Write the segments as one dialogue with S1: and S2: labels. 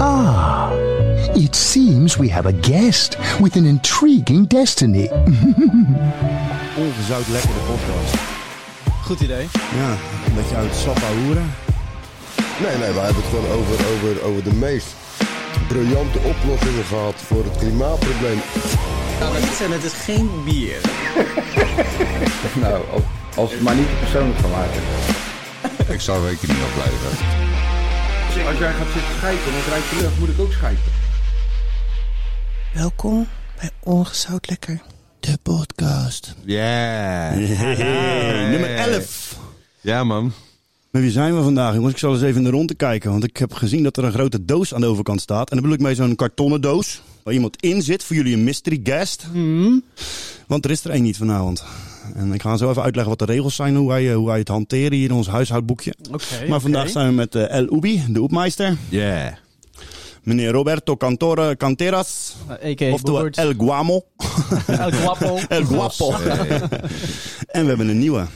S1: Ah, it seems we have a guest with an intriguing destiny.
S2: ongezout lekkere podcast.
S3: Goed idee.
S2: Ja, een beetje uit Sappa hoeren.
S4: Nee, nee, we hebben het gewoon over, over, over de meest briljante oplossingen gehad voor het klimaatprobleem.
S3: En het is geen bier.
S5: Nou, als, als het maar niet te persoonlijk van maken.
S6: Ik zou weken niet afblijven.
S5: Als jij gaat zitten schijten en het rijdt de lucht, moet ik ook schijten.
S7: Welkom bij Ongezout Lekker, de podcast.
S6: Yeah.
S2: Hey, nummer 11.
S6: Ja, man.
S2: Met wie zijn we vandaag, jongens? Ik zal eens even in de ronde kijken. Want ik heb gezien dat er een grote doos aan de overkant staat. En dan bedoel ik mee zo'n kartonnen doos. Waar iemand in zit voor jullie een mystery guest. Want er is er één niet vanavond. En ik ga zo even uitleggen wat de regels zijn. Hoe wij, eh, hoe wij het hanteren hier in ons huishoudboekje.
S3: Oké.
S2: maar vandaag zijn we met eh, El Ubi, de oepmeister.
S6: Yeah.
S2: Meneer Roberto Cantore Canteras.
S3: A.k.a.
S2: Oftewel
S3: Boeberts.
S2: El Guamo.
S3: El Guapo.
S2: El Guapo. En we hebben een nieuwe.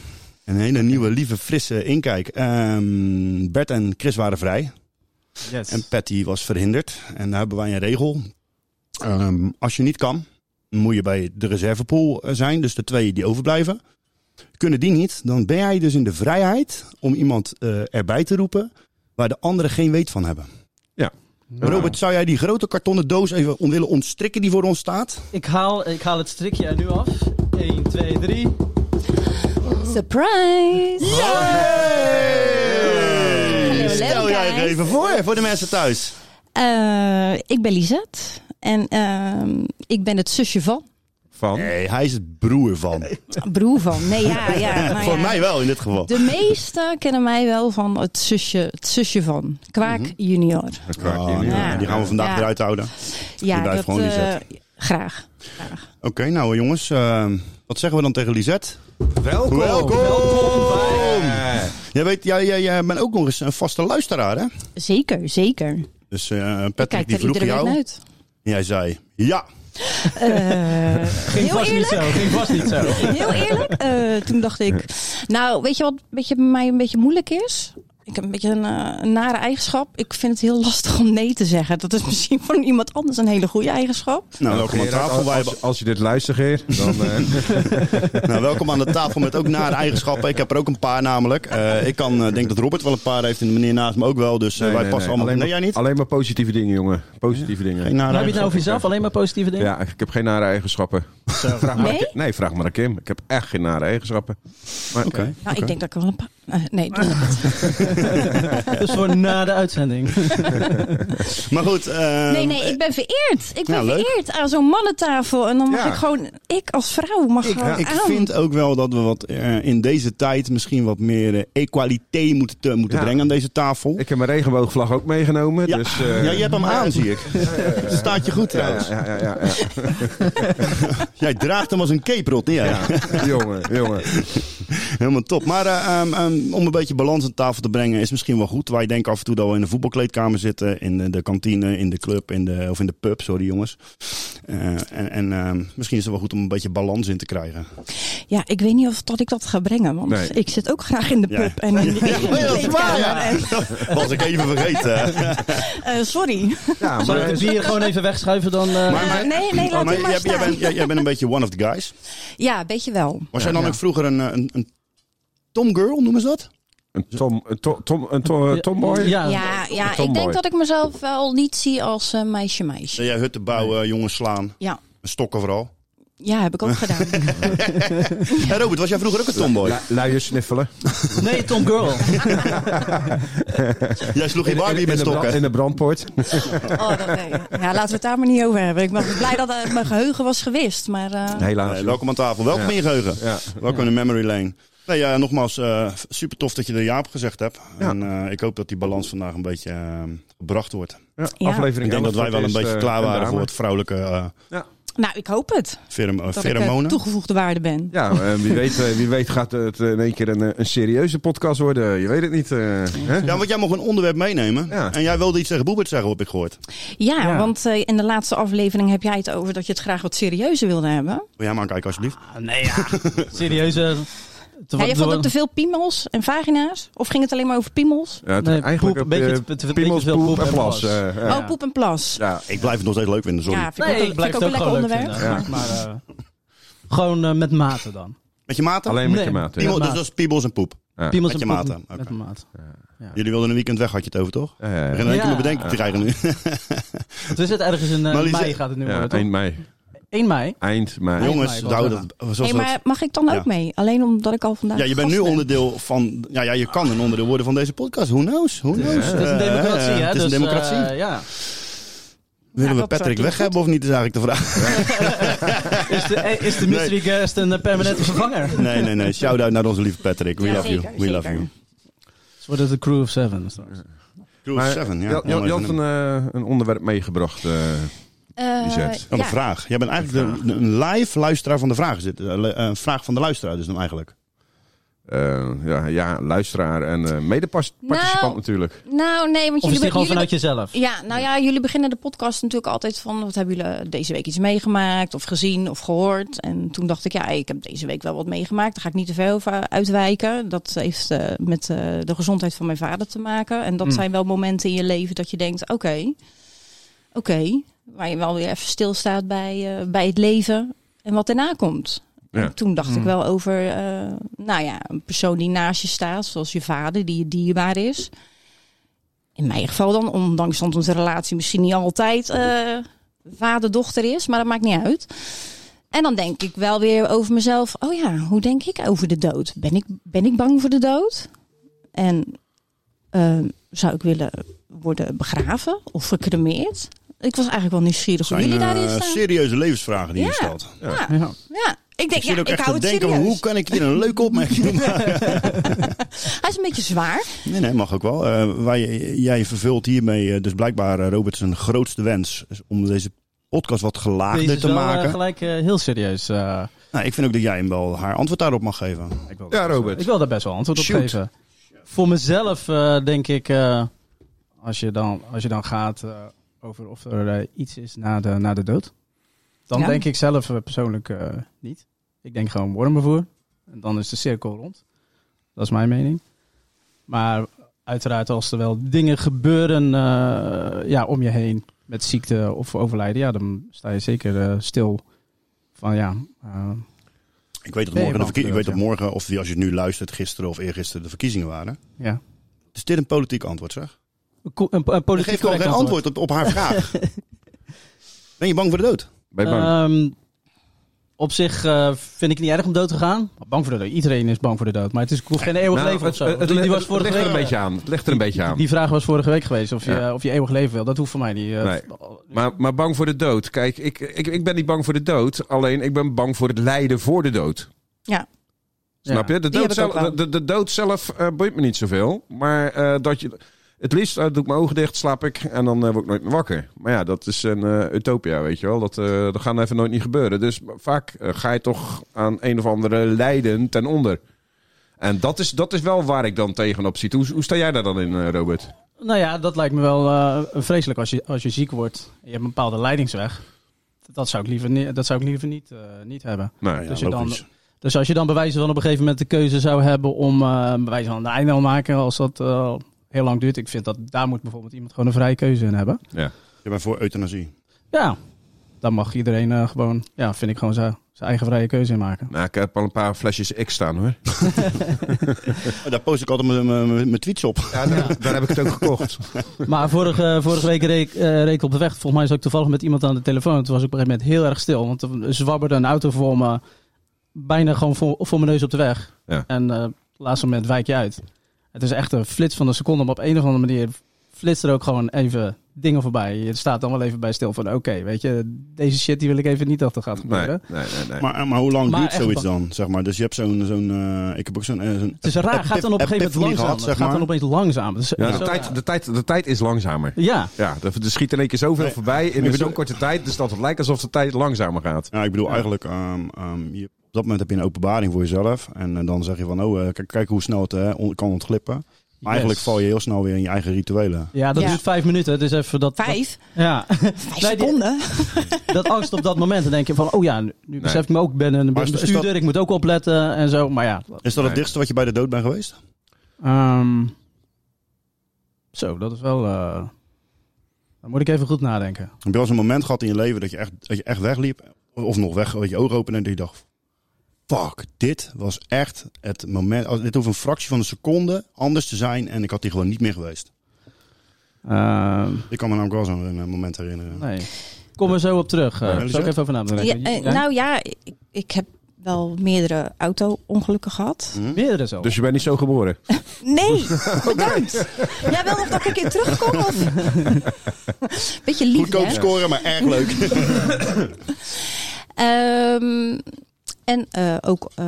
S2: Een hele nieuwe, lieve, frisse inkijk. Ehm, Bert en Chris waren vrij.
S3: Yes.
S2: En Patty was verhinderd. En daar hebben wij een regel. Ehm, als je niet kan, moet je bij de reservepool eh, zijn. Dus de twee die overblijven. Kunnen die niet, dan ben jij dus in de vrijheid om iemand eh, erbij te roepen waar de anderen geen weet van hebben.
S6: Ja.
S2: Robert, zou jij die grote kartonnen doos even on- willen ontstrikken die voor ons staat?
S3: Ik, haal, ik haal het strikje er nu af. 1, 2, 3.
S8: Surprise! Hallo,
S2: Stel
S8: leuk,
S2: jij er
S8: guys.
S2: even voor, voor de mensen thuis.
S8: Eh, ik ben Lisette en ehm, ik ben het zusje van.
S6: Van?
S2: Nee, hij is het broer van.
S8: Broer van. Nee, ja, ja. nou
S2: Voor
S8: ja.
S2: mij wel in dit geval.
S8: De meesten kennen mij wel van het zusje, het zusje van. Kwaak junior.
S6: Dat
S2: Ah,
S6: kwam hier niet.
S2: Mhm. ja, Die gaan we vandaag
S8: Oh, Ja.
S2: eruit houden.
S8: Ja,
S2: blijft gewoon
S8: eh,
S2: Lisette.
S8: graag.
S2: Oké, nou jongens, ehm, wat zeggen we dan tegen Lisette?
S6: Welkom. Yeah.
S2: Jij, weet, jij, jij, jij bent ook nog eens een vaste luisteraar, hè?
S8: Zeker, zeker.
S2: Dus eh,
S8: Ik
S2: Patrick
S8: kijk
S2: die
S8: er
S2: vroeg
S8: iedere week
S2: jou.
S8: naar uit.
S2: En jij zei ja.
S8: Eh,
S3: Ging
S8: Heel
S3: vast niet zo.
S8: eerlijk?
S3: Ging vast niet zo.
S8: Heel eerlijk, eh, toen dacht ik, nou, weet je wat weet je, bij mij een beetje moeilijk is? Ik heb een beetje een, eh, een nare eigenschap. Ik vind het heel lastig om nee te zeggen. Dat is misschien voor iemand anders een hele goede eigenschap.
S2: Nou, welkom aan
S6: Gerard,
S2: tafel. Wij
S6: als,
S2: hebben,
S6: als, als je dit luistert, Geer, dan... eh,
S2: nou, welkom aan de tafel met ook nare eigenschappen. Ik heb er ook een paar namelijk. Eh, ik kan, eh, denk dat Robert wel een paar heeft en de meneer naast me ook wel. Dus eh,
S6: nee,
S2: wij
S6: nee,
S2: passen
S6: nee.
S2: allemaal.
S6: Alleen
S2: nee,
S6: maar-
S2: jij niet?
S6: Alleen maar positieve dingen, jongen. Positieve
S2: Geen
S6: dingen.
S3: Maar heb je
S2: nare
S3: het nou over
S2: eigenschappen.
S3: jezelf? Alleen maar positieve dingen?
S6: Ja, ik heb geen nare eigenschappen. Vraag maar
S8: Nee?
S6: aan Kim- nee, vraag maar aan Kim. Ik heb echt geen nare eigenschappen. Maar,
S2: Oké.
S6: eh,
S8: Nou, ik denk dat ik er wel een paar... eh, nee, doe maar.
S3: Dus voor na de uitzending.
S2: Maar goed. ehm,
S8: nee, nee, ik ben vereerd. Ik ben
S2: Ja, leuk.
S8: vereerd aan zo'n mannentafel. En dan mag
S6: Ja.
S8: ik gewoon... Ik als vrouw mag
S2: Ik,
S8: gewoon
S2: ik
S8: aan.
S2: vind ook wel dat we wat, eh, in deze tijd misschien wat meer eh, equaliteit moeten, te- moeten
S6: Ja.
S2: brengen aan deze tafel.
S6: ik heb mijn regenboogvlag ook meegenomen.
S2: ja.
S6: Dus, eh,
S2: ja, je hebt hem aan, zie ik. Staat je goed
S6: ja,
S2: trouwens.
S6: ja, ja, ja, ja.
S2: Jij draagt hem als een cape rot, niet jij?
S6: Ja, jongen, jongen.
S2: Helemaal top. Maar eh, ehm, ehm, om een beetje balans aan tafel te brengen is misschien wel goed. Wij denken af en toe dat we in de voetbalkleedkamer zitten, in de, de kantine, in de club, in de, of in de pub, sorry jongens. Eh, en en ehm, misschien is het wel goed om een beetje balans in te krijgen.
S8: Ja, ik weet niet of dat ik dat ga brengen. Want
S6: Nee.
S8: ik zit ook graag in de
S2: Ja.
S8: pub en in de, in de kleedkamer. En,
S2: Was ik even vergeten.
S8: eh, sorry.
S6: Ja,
S3: Zal ik
S6: maar,
S3: het bier gewoon even wegschuiven dan? eh?
S2: Maar- maar-
S8: Eh, nee, nee, laat
S2: Maar
S8: het maar
S2: jij, jij,
S8: staan.
S2: bent, jij, jij bent een beetje one of the guys.
S8: Ja, weet je wel.
S2: Was jij dan ook vroeger een, eh, een, een tomgirl, noemen ze dat?
S6: Een Tom, een to, Tom, een to, eh, Tomboy?
S3: Ja.
S8: Ja, ja ik
S6: tomboy.
S8: denk dat ik mezelf wel niet zie als eh, meisje meisje.
S2: Dat jij hutten bouwen, jongens slaan,
S8: Ja.
S2: stokken vooral.
S8: ja, heb ik ook gedaan.
S2: Hé Robert, was jij vroeger ook een tomboy?
S6: Lu- Luier sniffelen.
S3: Nee, Tom Girl.
S2: Jij sloeg je Barbie met
S6: de bra-
S2: stokken.
S6: in de brandpoort.
S8: Oh, dat, nee. ja, laten we het daar maar niet over hebben. Ik ben blij dat eh, mijn geheugen was gewist. Maar eh,
S6: Helaas.
S2: Eh, welkom aan tafel, welkom
S6: Ja.
S2: in je geheugen.
S6: Ja.
S2: Welkom in de Memory Lane. Nee, ja, nogmaals, eh, super tof dat je er Jaap gezegd hebt.
S6: Ja.
S2: En eh, ik hoop dat die balans vandaag een beetje eh, gebracht wordt.
S6: Ja,
S8: Ja.
S6: Aflevering
S2: Ik denk dat
S6: 11
S2: wij wel een
S6: is,
S2: beetje
S6: eh,
S2: klaar
S6: een
S2: waren
S6: drama.
S2: voor het vrouwelijke eh
S8: nou, ik hoop het.
S2: pherem- eh,
S8: Dat ik eh,
S2: pheromonen.
S8: toegevoegde waarde ben.
S6: Ja, eh, wie weet, eh, wie weet gaat het eh, in één keer een, eh, een serieuze podcast worden. Je weet het niet. eh, hè?
S2: Ja, want jij mocht een onderwerp meenemen.
S6: Ja.
S2: En jij wilde iets tegen Boebert zeggen, heb ik gehoord.
S8: Ja,
S3: Ja.
S8: want eh, in de laatste aflevering heb jij het over dat je het graag wat serieuzer wilde hebben.
S2: Wil jij maar kijken, alsjeblieft?
S3: Ah, nee, ja. Serieuze Toen
S8: Ja,
S3: wa-
S8: je
S3: toen
S8: vond
S3: wa-
S8: ook te veel piemels en vagina's? Of ging het alleen maar over piemels?
S6: Ja, het-
S3: Nee,
S6: eigenlijk
S3: poep,
S6: op,
S3: beetje
S6: eh,
S3: te- te- te-
S6: piemels,
S3: beetje te veel
S6: poep
S3: poep
S6: en
S3: en
S6: plas.
S3: plas.
S6: eh, ja.
S8: Oh, poep en plas. Ja,
S6: Ja,
S2: Ik blijf het nog steeds leuk vinden, sorry.
S8: vind ik ook,
S3: Nee, ik
S8: vind ik
S3: blijf
S8: ook
S3: het
S8: een
S3: ook
S8: lekker
S3: gewoon leuk
S8: onderwerp.
S3: vinden.
S6: Ja.
S3: Maar eh, gewoon eh, met mate dan.
S2: Met je maten?
S6: alleen met
S3: Nee.
S6: je maat.
S2: Piemel-
S6: Ja.
S3: met
S2: dus
S3: maat.
S2: dat is piebels en poep.
S6: Ja.
S3: Piemels
S2: Met
S3: en
S2: je
S3: poep-
S2: mate,
S3: Met
S2: oké.
S3: de maat.
S2: Jullie wilden een weekend weg, had je het over, toch?
S6: Ja, ja,
S2: We
S6: Eh, ja.
S2: gaan ja.
S3: Ja.
S2: bedenken te krijgen nu.
S3: Wat is het? Ergens in eh,
S2: Marlies,
S3: mei
S2: eh,
S3: gaat het nu
S6: Ja,
S3: worden, toch?
S6: eind mei.
S3: 1 mei?
S6: Eind mei.
S3: Jong-
S2: Jongens,
S3: mij,
S2: nou,
S3: dat-
S2: dat- zoals
S8: Nee,
S2: dat-
S8: maar mag ik dan ook
S2: Ja.
S8: mee? Alleen omdat ik al vandaag
S2: Ja, je bent nu
S8: gast ben.
S2: onderdeel van... Ja, ja, je kan een onderdeel worden van deze podcast. Who knows? Who
S6: Het is-
S2: knows?
S3: Het is een
S2: Eh,
S3: democratie, hè?
S2: Het is
S3: dus,
S2: een democratie.
S3: eh, ja.
S2: Willen we
S8: dat
S2: Patrick
S8: klinkt
S2: weg hebben of niet, is eigenlijk de vraag.
S3: Is de, eh, is de mystery guest een eh, permanente vervanger?
S2: Nee, nee, nee. Shout-out naar onze lieve Patrick. We
S8: Ja,
S2: love you.
S8: zeker,
S2: We love
S8: zeker.
S2: you.
S3: Dus wordt het de crew of seven straks.
S2: Crew
S6: Maar,
S2: of Seven, ja.
S6: Jan- Jan-
S2: Om
S6: Jan
S2: even
S6: had een, eh, een onderwerp meegebracht. eh,
S8: Eh,
S6: Die zegt.
S2: Oh,
S8: ja.
S2: een vraag. Jij bent eigenlijk de- een live luisteraar van de vraag. Zit, eh, le- eh, een vraag van de luisteraar dus dan eigenlijk.
S6: eh, ja, ja, luisteraar en eh medeparticipant
S8: Nou.
S6: natuurlijk.
S8: Nou, nee,
S3: Of is
S8: want
S3: die
S8: jullie, be-
S3: gewoon
S8: jullie
S3: vanuit jezelf?
S8: Ja, nou ja, jullie beginnen de podcast natuurlijk altijd van... wat hebben jullie eh, deze week iets meegemaakt of gezien of gehoord? En toen dacht ik, ja, ik heb deze week wel wat meegemaakt. Daar ga ik niet te veel over uitwijken. Dat heeft eh, met eh, de gezondheid van mijn vader te maken. En dat
S3: Mm.
S8: zijn wel momenten in je leven dat je denkt, oké, oké. waar je wel weer even stilstaat bij, eh, bij het leven en wat daarna komt.
S6: Ja.
S8: En toen dacht
S3: Mm.
S8: ik wel over, eh, nou ja, een persoon die naast je staat, zoals je vader, die je dierbaar is in mijn geval dan, ondanks dat onze relatie misschien niet altijd eh, vader-dochter is, maar dat maakt niet uit. En dan denk ik wel weer over mezelf, oh ja, hoe denk ik over de dood? Ben ik, ben ik bang voor de dood? En eh, zou ik willen worden begraven of gecremeerd? Ik was eigenlijk wel nieuwsgierig hoe
S2: Zijn
S8: jullie daarin
S2: eh,
S8: staan.
S2: serieuze levensvragen die je
S8: Ja.
S2: stelt. Dus
S8: Ja,
S3: Ja.
S8: ja. ik
S2: Ik
S8: denk,
S2: zit
S8: ja, ik
S2: ook echt
S8: hou
S2: te
S8: het
S2: denken,
S8: serieus.
S2: hoe kan ik hier een leuke opmerking maken?
S8: Hij is een beetje zwaar.
S2: Nee, nee, mag ook wel. Eh, wij, jij vervult hiermee eh, dus blijkbaar eh, Robert zijn grootste wens is om deze podcast wat gelaagder
S3: Deze is
S2: te
S3: wel, eh,
S2: maken.
S3: gelijk eh, heel serieus. eh,
S2: nou, ik vind ook dat jij hem wel haar antwoord daarop mag geven.
S3: ik wil
S6: Ja,
S3: daar-
S6: Robert.
S3: Ik wil daar best wel antwoord op
S2: Shoot.
S3: geven. Voor mezelf eh, denk ik, eh, als, je dan, als je dan gaat eh, over of er eh, iets is na de, na de dood, dan
S8: Ja.
S3: denk ik zelf eh, persoonlijk eh, niet. Ik denk gewoon wormvervoer. En dan is de cirkel rond. Dat is mijn mening. Maar uiteraard als er wel dingen gebeuren eh, ja, om je heen met ziekte of overlijden, ja, dan sta je zeker eh, stil van ja, eh,
S2: Ik weet dat
S3: Nee,
S2: morgen, de
S3: mag
S2: verkie- ik weet dat
S3: ja.
S2: morgen of die, als je het nu luistert, gisteren of eergisteren de verkiezingen waren.
S3: ja.
S2: Is dit een politiek antwoord, zeg?
S3: Een co- Een, po- een
S2: Ik
S3: politiek
S2: geef gewoon geen
S3: correct
S2: antwoord op, op haar vraag. ben je bang voor de dood?
S6: Ben je bang?
S3: Ehm, op zich eh, vind ik het niet erg om dood te gaan. Bang voor de dood. Iedereen is bang voor de dood. Maar het is, ik hoef geen eeuwig
S6: Nou,
S3: leven of
S6: het,
S3: zo.
S6: het,
S3: die, die was
S6: het
S3: vorige
S6: ligt er een
S3: week-
S6: beetje aan. Het ligt er een beetje aan.
S3: Die vraag was vorige week geweest. Of,
S6: Ja.
S3: je, of je eeuwig leven wil. Dat hoeft voor mij niet. eh,
S6: Nee.
S3: v-
S8: Dus
S6: Maar, maar bang voor de dood. Kijk, ik, ik, ik ben niet bang voor de dood. Alleen ik ben bang voor het lijden voor de dood.
S8: Ja.
S6: Snap je? De
S8: Die
S6: dood
S8: heb ik ook
S6: zelf,
S8: wel.
S6: de, de, de dood zelf eh, boeit me niet zoveel. Maar eh, dat je. Het liefst eh, doe ik mijn ogen dicht, slaap ik en dan eh, word ik nooit meer wakker. Maar ja, dat is een eh, utopia, weet je wel. Dat, eh, dat gaat even nooit niet gebeuren. Dus vaak eh, ga je toch aan een of andere lijden ten onder. En dat is, dat is wel waar ik dan tegenop zit. Hoe, hoe sta jij daar dan in, eh, Robert?
S3: Nou ja, dat lijkt me wel eh, vreselijk als je, als je ziek wordt. Je hebt een bepaalde leidingsweg. Dat zou ik liever, ni- dat zou ik liever niet, eh, niet hebben.
S6: Nou,
S2: Ja,
S3: Dus je dan-
S2: logisch.
S3: Dus als je dan bij wijze van op een gegeven moment de keuze zou hebben om eh bij wijze van een einde te maken. Als dat eh, heel lang duurt. Ik vind dat daar moet bijvoorbeeld iemand gewoon een vrije keuze in hebben.
S2: Je bent voor euthanasie.
S3: Ja, dan mag iedereen eh, gewoon, ja, vind ik gewoon zijn, zijn eigen vrije keuze in maken.
S6: nou, ik heb al een paar flesjes X staan hoor.
S2: Oh, daar post ik altijd mijn- mijn mijn- mijn tweets op.
S6: Ja, daar, daar heb ik het ook gekocht.
S3: Maar vorige, vorige week reed, ik- eh, reed ik op de weg. Volgens mij zat ik toevallig met iemand aan de telefoon. Toen was ik op een gegeven moment heel erg stil. Want er zwabberde een auto voor me. Bijna gewoon voor, voor mijn neus op de weg.
S6: Ja.
S3: En eh, op het laatste moment wijk je uit. Het is echt een flits van een seconde. Maar op een of andere manier flitst er ook gewoon even dingen voorbij. Je staat dan wel even bij stil van... Oké, weet je, deze shit die wil ik even niet dat er gaat
S6: Nee,
S3: gebeuren.
S6: nee, nee. nee.
S2: Maar, maar hoe lang
S3: Maar
S2: duurt
S3: echt
S2: zoiets
S3: wel.
S2: dan? Zeg maar? Dus je hebt zo'n. zo'n eh, ik heb ook zo'n. eh, zo'n
S3: Het is raar, gaat dan op een gegeven
S2: epiphany
S3: moment langzaam.
S2: gehad, zeg
S3: het gaat dan
S2: maar.
S3: opeens langzaam. Het is-
S6: ja,
S3: het
S6: de,
S3: is zo
S6: tijd,
S3: raar.
S6: de, tijd, de tijd is langzamer.
S3: Ja,
S6: Ja, er, er schiet in één keer zoveel
S2: Nee.
S6: voorbij in
S2: Maar
S6: een
S2: zo-
S6: zo'n korte tijd. Dus dat het lijkt alsof de tijd langzamer gaat.
S2: Ja, ik bedoel eigenlijk, ehm, ehm, je, op dat moment heb je een openbaring voor jezelf. En eh, dan zeg je van, oh, eh, kijk, kijk hoe snel het eh, on- kan ontglippen. Maar eigenlijk val je heel snel weer in je eigen rituelen.
S3: Ja, dat
S8: Ja.
S3: duurt vijf minuten. Dus even dat. dat-
S8: Vijf?
S3: ja,
S8: Vijf
S3: Nee, die-
S8: seconden?
S3: dat angst op dat moment. Dan denk je van, oh ja, nu besef ik me ook, ik ben een
S2: Maar is- is
S3: bestuurder, ik moet ook opletten en zo. Maar ja.
S2: Is dat het
S6: Nee.
S2: dichtste wat je bij de dood bent geweest?
S3: ehm, zo, dat is wel. eh, dan moet ik even goed nadenken.
S2: Heb je wel eens een moment gehad in je leven dat je echt, dat je echt wegliep? Of nog weg, dat je ogen opende en dat je dacht... Fuck, dit was echt het moment. als- Dit hoeft een fractie van een seconde anders te zijn. En ik had die gewoon niet meer geweest.
S3: Ehm,
S2: Ik kan me namelijk wel zo'n eh, moment herinneren.
S3: nee. Kom er zo op terug.
S2: Ja,
S3: eh zal ik even over nadenken?
S8: Ja, eh, nou ja, ik, ik heb wel meerdere auto-ongelukken gehad.
S2: Hm?
S3: Meerdere zo.
S6: Dus je bent niet zo geboren.
S8: Nee, bedankt. Jij wil nog dat ik een keer terugkom? Of? Beetje liefde,
S2: Goedkoop
S8: hè?
S2: scoren, maar erg leuk.
S8: Ehm, en eh, ook eh,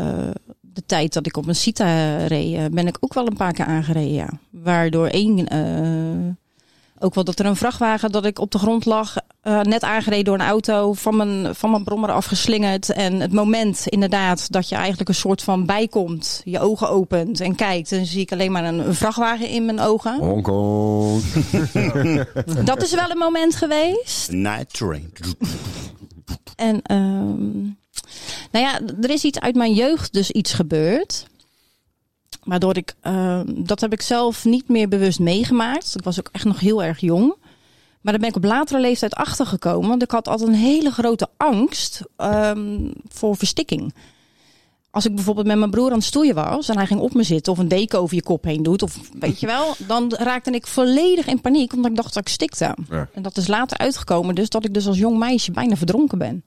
S8: de tijd dat ik op een Cita reed, eh, ben ik ook wel een paar keer aangereden. Ja. Waardoor één, eh, ook wel dat er een vrachtwagen dat ik op de grond lag, eh, net aangereden door een auto, van mijn, van mijn brommer afgeslingerd. En het moment inderdaad dat je eigenlijk een soort van bijkomt, je ogen opent en kijkt, en zie ik alleen maar een, een vrachtwagen in mijn ogen.
S6: Hongkong.
S8: Dat is wel een moment geweest.
S2: Night train.
S8: En ehm, nou ja, d- er is iets uit mijn jeugd dus iets gebeurd. Waardoor ik, ehm, dat heb ik zelf niet meer bewust meegemaakt. Ik was ook echt nog heel erg jong. Maar daar ben ik op latere leeftijd achtergekomen. Want ik had altijd een hele grote angst ehm, voor verstikking. Als ik bijvoorbeeld met mijn broer aan het stoeien was en hij ging op me zitten of een deken over je kop heen doet, of weet je wel, dan raakte ik volledig in paniek omdat ik dacht dat ik stikte.
S6: Ja.
S8: En dat is later uitgekomen, dus dat ik dus als jong meisje bijna verdronken ben.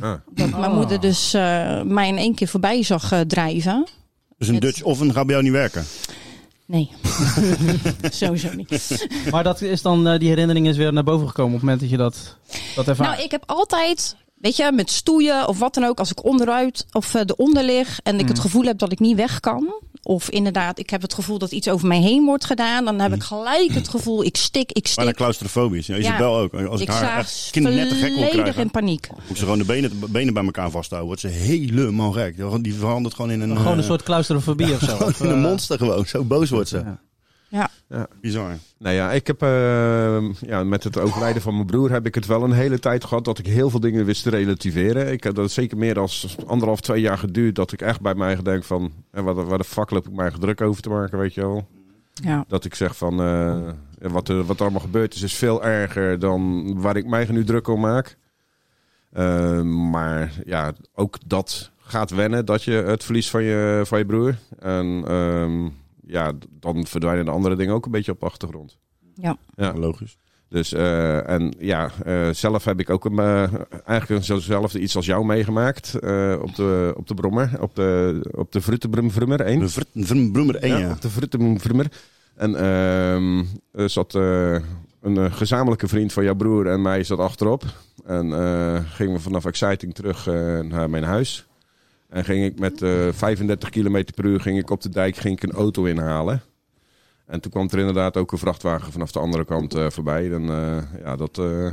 S6: Ah.
S8: Dat mijn moeder dus eh, mij in één keer voorbij zag eh, drijven.
S2: Dus een Dutch oven gaat bij jou niet werken.
S8: Nee, sowieso niet.
S2: Dus-
S3: Maar dat is dan, eh, die herinnering is weer naar boven gekomen op het moment dat je dat, dat ervaart.
S8: Nou, ik heb altijd, weet je, met stoeien of wat dan ook, als ik onderuit of eh, eronder lig en ik het gevoel heb dat ik niet weg kan. Of inderdaad, ik heb het gevoel dat iets over mij heen wordt gedaan. Dan heb ik gelijk het gevoel, ik stik, ik
S2: Bijna
S8: stik.
S2: claustrofobisch. Ja, Isabel ook. Als ik,
S8: ik
S2: haar
S8: sta
S2: echt kindernetten gek wil
S8: volledig
S2: krijgen,
S8: in paniek.
S2: moet ze gewoon de benen, de benen bij elkaar vasthouden. Wordt ze helemaal gek. Die verandert gewoon in een,
S3: Gewoon een
S2: eh,
S3: soort claustrofobie of zo. Of,
S2: in een
S3: eh,
S2: monster gewoon. Zo boos wordt ze.
S3: Ja.
S8: Ja.
S2: Bizar.
S6: Nou ja, ik heb eh, ja, met het overlijden van mijn broer heb ik het wel een hele tijd gehad dat ik heel veel dingen wist te relativeren. Ik heb dat zeker meer dan anderhalf, twee jaar geduurd dat ik echt bij mij gedenk van, eh, waar, de- waar de fuck loop ik mij eigen druk over te maken, weet je wel.
S8: Ja.
S6: Dat ik zeg van, eh, wat, er, wat er allemaal gebeurd is, is veel erger dan waar ik mij nu druk om maak. Eh, maar ja, ook dat gaat wennen, dat je het verlies van je, van je broer. En ehm, ja, d- dan verdwijnen de andere dingen ook een beetje op de achtergrond. Ja.
S2: Logisch.
S6: Dus eh, en ja, eh, zelf heb ik ook een, eh, eigenlijk hetzelfde iets als jou meegemaakt eh, op, de, op de Brommer, op de, op de Vruttenbrummer 1.
S2: De vrt- vr- Brummer 1, ja.
S6: Op de Vruttenbrummer. En ehm, er zat eh, een eh, gezamenlijke vriend van jouw broer en mij zat achterop. En eh, gingen we vanaf Exciting terug eh, naar mijn huis. En ging ik met eh, 35 km per uur ging ik op de dijk ging ik een auto inhalen. En toen kwam er inderdaad ook een vrachtwagen vanaf de andere kant eh, voorbij. En eh, ja, dat, eh,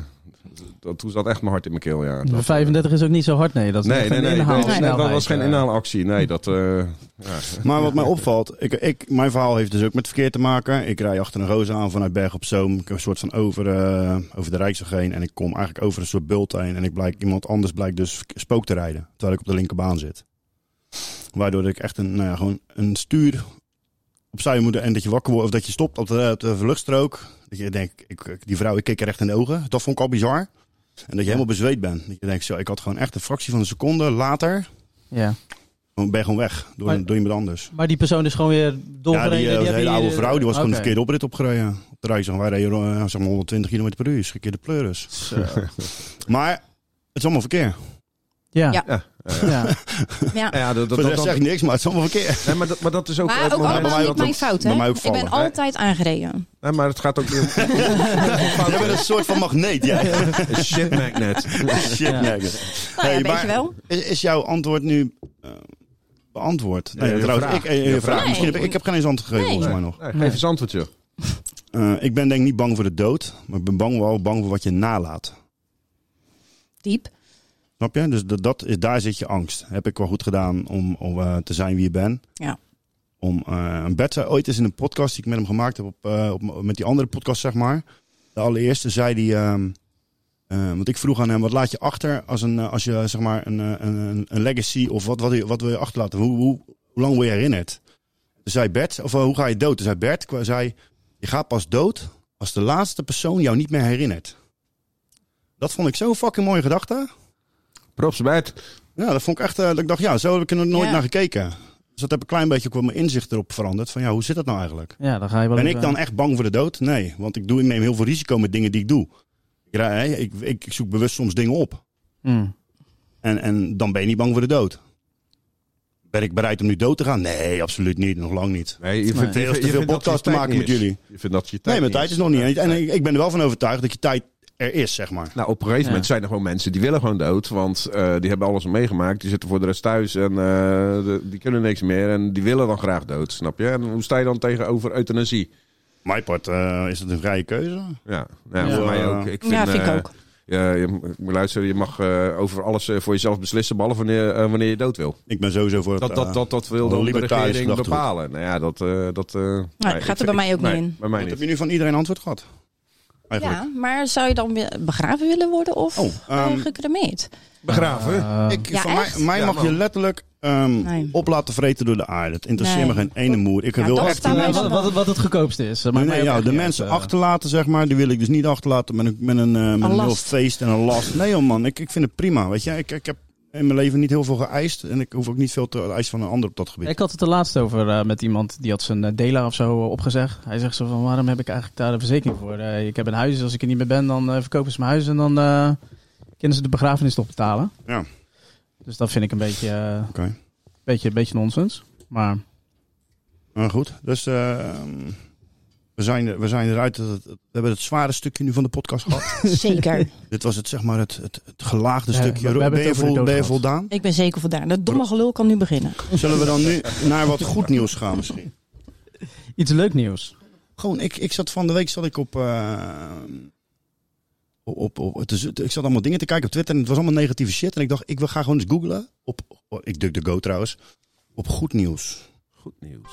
S6: dat, toen zat echt mijn hart in mijn keel. Ja. Dat, eh,
S3: 35 is ook niet zo hard, nee. Dat is
S6: Nee,
S3: echt
S6: nee,
S3: een
S6: nee,
S3: inhaal-
S6: dat, was- dat was
S3: snelheid,
S6: geen
S3: eh.
S6: inhaalactie. Nee, dat... eh, ja.
S2: Maar wat mij opvalt, ik, ik, mijn verhaal heeft dus ook met verkeer te maken. Ik rij achter een roos aan vanuit Berg op Zoom. Ik heb een soort van over, eh, over de Rijksweg heen. En ik kom eigenlijk over een soort bult heen. En ik blijk, iemand anders blijkt dus spook te rijden. Terwijl ik op de linkerbaan zit. Waardoor ik echt een, nou ja, gewoon een stuur opzij moet. En dat je wakker wordt of dat je stopt op de, op de vluchtstrook. Dat je denkt, ik, ik- die vrouw, ik keek haar echt in de ogen. Dat vond ik al bizar. En dat je helemaal bezweet bent. Dat je denkt, zo, ik had gewoon echt een fractie van een seconde later...
S3: Ja.
S2: gewoon- ben gewoon weg door,
S3: Maar-
S2: door iemand anders.
S3: Maar die persoon is gewoon weer
S2: Ja,
S3: doorgereden.
S2: die, eh, was een
S3: heb
S2: hele
S3: je-
S2: oude vrouw, die was gewoon
S3: Oké.
S2: de verkeerde oprit opgereden. Op de Rijksweg, wij reden eh, zeg maar 120 km per uur, is verkeerde pleuris. Maar het is allemaal verkeer.
S3: Ja.
S8: Ja.
S3: Ja.
S6: Ja, ja, ja.
S3: Ja.
S8: ja.
S2: Eh,
S6: Ja, dat, dat,
S2: Voor de
S6: dat,
S2: rest zeg
S6: dat-
S2: ik niks, maar het is allemaal verkeer.
S6: nee, maar, dat, maar dat is ook
S8: Maar
S6: het
S8: ook
S6: moment
S8: allemaal
S6: dat
S8: niet
S6: het-
S8: mijn fout,
S2: bij
S8: hè?
S2: mij ook
S8: Ik ben
S2: vallen.
S8: altijd aangereden. Nou
S6: Nee, maar het gaat ook niet om
S2: Jij bent een soort van magneet, jij.
S6: een shit magnet.
S2: Shit,
S3: Ja.
S2: magnet.
S8: Nou ja,
S2: Hey,
S8: weet
S2: maar-
S8: je wel.
S2: Is, is jouw antwoord nu eh, beantwoord? Nee,
S6: Nee, je
S2: trouwens,
S6: vraag.
S2: ik, eh, je
S6: Je
S2: vraag.
S8: vraag.
S2: Misschien heb ik, ik heb geen eens antwoord gegeven,
S8: Nee.
S2: volgens mij nog.
S6: Nee, geef eens antwoord, joh.
S2: Eh, ik ben denk ik niet bang voor de dood, maar ik ben bang, wel bang voor wat je nalaat.
S8: Diep.
S2: Snap je? Dus dat, dat is, daar zit je angst. Heb ik wel goed gedaan om, om eh, te zijn wie je bent?
S8: Ja.
S2: om eh, een bed. zei- Ooit is in een podcast die ik met hem gemaakt heb, op, eh, op, met die andere podcast, zeg maar. De allereerste zei hij. ehm, eh, want ik vroeg aan hem, wat laat je achter als, een, eh, als je zeg maar een, eh, een, een- een legacy of wat, wat, wat wil je achterlaten? Hoe, hoe, hoe lang wil je herinnerd? Toen zei Bert, of eh, hoe ga je dood? Toen zei Bert, kwa- zei, je gaat pas dood als de laatste persoon jou niet meer herinnert. Dat vond ik zo'n fucking mooie gedachte.
S6: Props Bert.
S2: Ja, dat vond ik echt. eh, dat ik dacht, ja, zo heb ik er nooit
S8: Ja.
S2: naar gekeken. Dus dat heb ik een klein beetje ook wel mijn inzicht erop veranderd. Van ja, hoe zit dat nou eigenlijk?
S3: Ja, dan ga je wel
S2: Ben ik
S3: even-
S2: dan echt bang voor de dood? Nee, want ik, doe, ik neem heel veel risico met dingen die ik doe. Ik, rij- hè, ik, ik, ik zoek bewust soms dingen op.
S3: Hmm.
S2: En, en dan ben je niet bang voor de dood. Ben ik bereid om nu dood te gaan? Nee, absoluut niet. Nog lang niet.
S6: Nee, je vindt,
S3: Nee.
S6: je
S2: Veel te
S6: vindt
S2: veel
S6: dat je
S2: podcast te
S6: tijd
S2: maken
S6: niet
S2: met
S6: is.
S2: jullie.
S6: Je vindt dat je tijd
S2: Nee, mijn
S6: niet
S2: tijd is nog niet. eens. En
S6: Nee.
S2: ik, ik ben er wel van overtuigd dat je tijd er is, zeg maar.
S6: Nou, op een gegeven
S3: Ja.
S6: moment zijn er gewoon mensen die willen gewoon dood. Want eh, die hebben alles meegemaakt. Die zitten voor de rest thuis en eh, de- die kunnen niks meer. En die willen dan graag dood, snap je? En hoe sta je dan tegenover euthanasie?
S2: Mijn part eh, is dat een vrije keuze.
S6: Ja, nou,
S2: Ja.
S6: voor mij ook. Ik vind,
S8: ja, vind
S6: eh,
S8: ik ook.
S6: Ja, je, moet luisteren, je mag eh, over alles eh, voor jezelf beslissen, behalve wanneer, eh, wanneer je dood wil.
S2: Ik ben sowieso voor
S6: Dat,
S2: het, eh,
S6: dat, dat, dat wil
S2: een
S6: dan de
S2: libertarische
S6: regering
S2: gedachtegoed.
S6: bepalen. Nou ja, dat... eh, dat eh, nee,
S8: gaat
S6: ik-
S8: er bij
S6: ik-
S8: mij ook
S6: nee,
S8: niet in.
S6: bij mij
S2: Wat heb
S6: niet.
S2: je nu van iedereen antwoord gehad? Eigenlijk.
S8: Ja, maar zou je dan weer begraven willen worden of
S2: Oh,
S8: eh,
S2: ehm,
S8: gecremeerd?
S6: Begraven?
S3: Eh,
S2: Ik,
S8: Ja,
S2: van mij,
S8: echt?
S2: mij
S6: Ja,
S2: mag
S6: man.
S2: je letterlijk ehm,
S8: Nee.
S2: op laten vreten door de aarde. Het interesseert
S8: Nee.
S2: me geen ene moer. Ik
S8: Ja,
S2: wil
S8: dat
S2: echt...
S8: staan wij
S3: wat,
S8: dan
S3: wat,
S8: wel.
S3: wat het goedkoopste is.
S2: Nee, nee, ja, de
S3: eh.
S2: mensen achterlaten, zeg maar, die wil ik dus niet achterlaten met een, met een, eh, met een heel
S8: last.
S2: feest en een last. Nee, joh, man, ik, ik vind het prima. Weet je, ik, ik heb in mijn leven niet heel veel geëist en ik hoef ook niet veel te eisen van een ander op dat gebied.
S3: Ik had het er laatst over eh, met iemand die had zijn eh, dela of zo eh, opgezegd. Hij zegt zo van, waarom heb ik eigenlijk daar een verzekering voor? Eh, ik heb een huis, als ik er niet meer ben, dan eh, verkopen ze mijn huis en dan eh, kunnen ze de begrafenis toch betalen.
S2: Ja.
S3: Dus dat vind ik een beetje, eh,
S2: Oké.
S3: beetje, beetje nonsens. Maar
S2: Maar goed, dus ehm, we, zijn, er- we zijn eruit. Dat het- We hebben het zware stukje nu van de podcast gehad.
S8: Zeker.
S2: Dit was het, zeg maar, het, het, het gelaagde
S3: Ja, we- we
S2: stukje.
S3: hebben
S2: Ben
S3: het
S2: je,
S3: over de
S2: vol,
S3: dood
S2: ben je
S3: gehad.
S2: voldaan?
S8: ik ben zeker voldaan. Dat domme gelul kan nu beginnen.
S2: Zullen we dan nu naar wat goed nieuws gaan misschien?
S3: iets leuk nieuws.
S2: Gewoon, ik, ik zat van de week zat ik op, eh, op, op het is- ik zat allemaal dingen te kijken op Twitter en het was allemaal negatieve shit en ik dacht ik wil ga gewoon eens googlen op oh, ik duk de go trouwens op goed nieuws.
S6: Goed nieuws.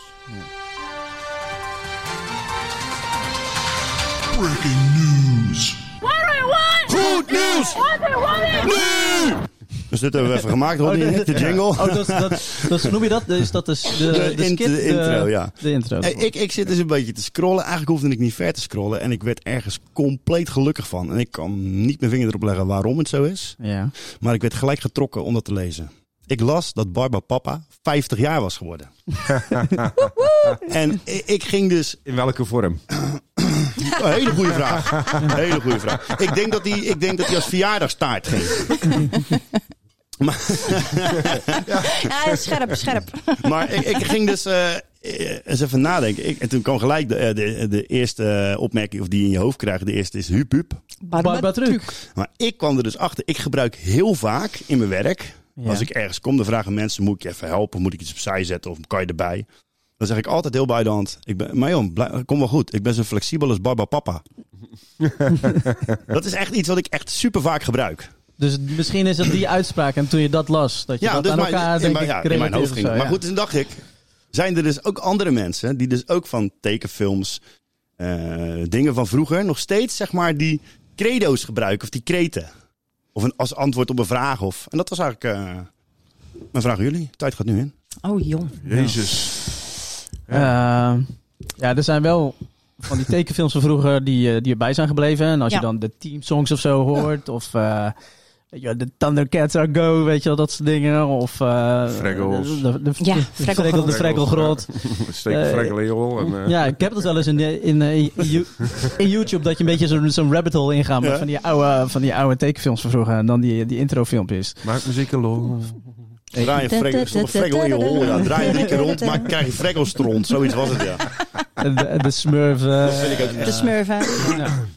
S2: Goed nieuws. Dus dit hebben we even gemaakt, hoor je net, de jingle.
S3: Oh, dat, dat, dat noem je dat? Dus dat is de, de,
S2: De int-
S3: skit,
S2: de intro, ja.
S3: De intro.
S2: Hey, ik, ik zit dus een beetje te scrollen. Eigenlijk hoefde ik niet ver te scrollen. En ik werd ergens compleet gelukkig van. En ik kan niet mijn vinger erop leggen waarom het zo is.
S3: Ja.
S2: Maar ik werd gelijk getrokken om dat te lezen. Ik las dat Barba Papa 50 jaar was geworden. en i- ik ging dus.
S6: In welke vorm?
S2: Een hele goede vraag. Een hele goede vraag. Ik denk dat hij, ik denk dat hij als verjaardagstaart ging.
S8: Ja, Ah, scherp, scherp.
S2: Maar ik, ik ging dus. eh, eh, eens even nadenken. Ik, en toen kwam gelijk de, eh, de, de eerste eh, opmerking of die je in je hoofd krijgt. De eerste is hup hup.
S3: Barbatruc.
S2: Maar ik kwam er dus achter. Ik gebruik heel vaak in mijn werk.
S3: Ja.
S2: Als ik ergens kom, dan vragen mensen: moet ik je even helpen? Moet ik iets opzij zetten? Of kan je erbij? Dan zeg ik altijd heel bij de hand. Ik ben, maar joh, blij- kom wel goed. Ik ben zo flexibel als Barba Papa. dat is echt iets wat ik echt super vaak gebruik.
S3: Dus misschien is dat die uitspraak en toen je dat las, dat je dat aan
S2: mijn-
S3: elkaar denk
S2: mijn-
S3: ik,
S2: ja, in mijn
S3: relateert
S2: hoofd
S3: of
S2: ging.
S3: zo,
S2: Maar
S3: ja.
S2: goed, toen dacht ik, zijn er dus ook andere mensen die dus ook van tekenfilms, eh, dingen van vroeger, nog steeds zeg maar die credo's gebruiken of die kreten. Of een, als antwoord op een vraag. Of, en dat was eigenlijk eh, mijn vraag aan jullie. Tijd gaat nu in.
S8: Oh, jong.
S6: Jezus.
S3: Ja. ja, er zijn wel van die tekenfilms van vroeger die, eh, die erbij zijn gebleven. En als
S8: Ja.
S3: je dan de teamsongs of zo hoort, of eh, weet je, wel, de Thundercats are go, weet je wel, dat soort dingen. Of eh,
S6: Fraggles.
S3: De, de,
S8: Ja,
S3: de- de,
S8: Fragglegrot.
S3: Fraggel- de Fragglegrot.
S6: Steek
S3: Eh,
S6: Frank Leeuw en... eh,
S3: Ja, ik heb dat wel eens in, eh, in, eh, in, You- in YouTube, dat je een beetje zo'n zo'n rabbit hole ingaat met
S2: Ja.
S3: van, die oude, van die oude tekenfilms van vroeger. En dan die, die introfilmpjes.
S6: eh, Maak muziek een lol.
S2: Draai een fregel- er stond een fregel in je hol. Ja. Draai je drie keer rond, maar krijg je freggels er rond. Zoiets was het, ja.
S3: En de, en de Smurf. eh,
S8: De smurven.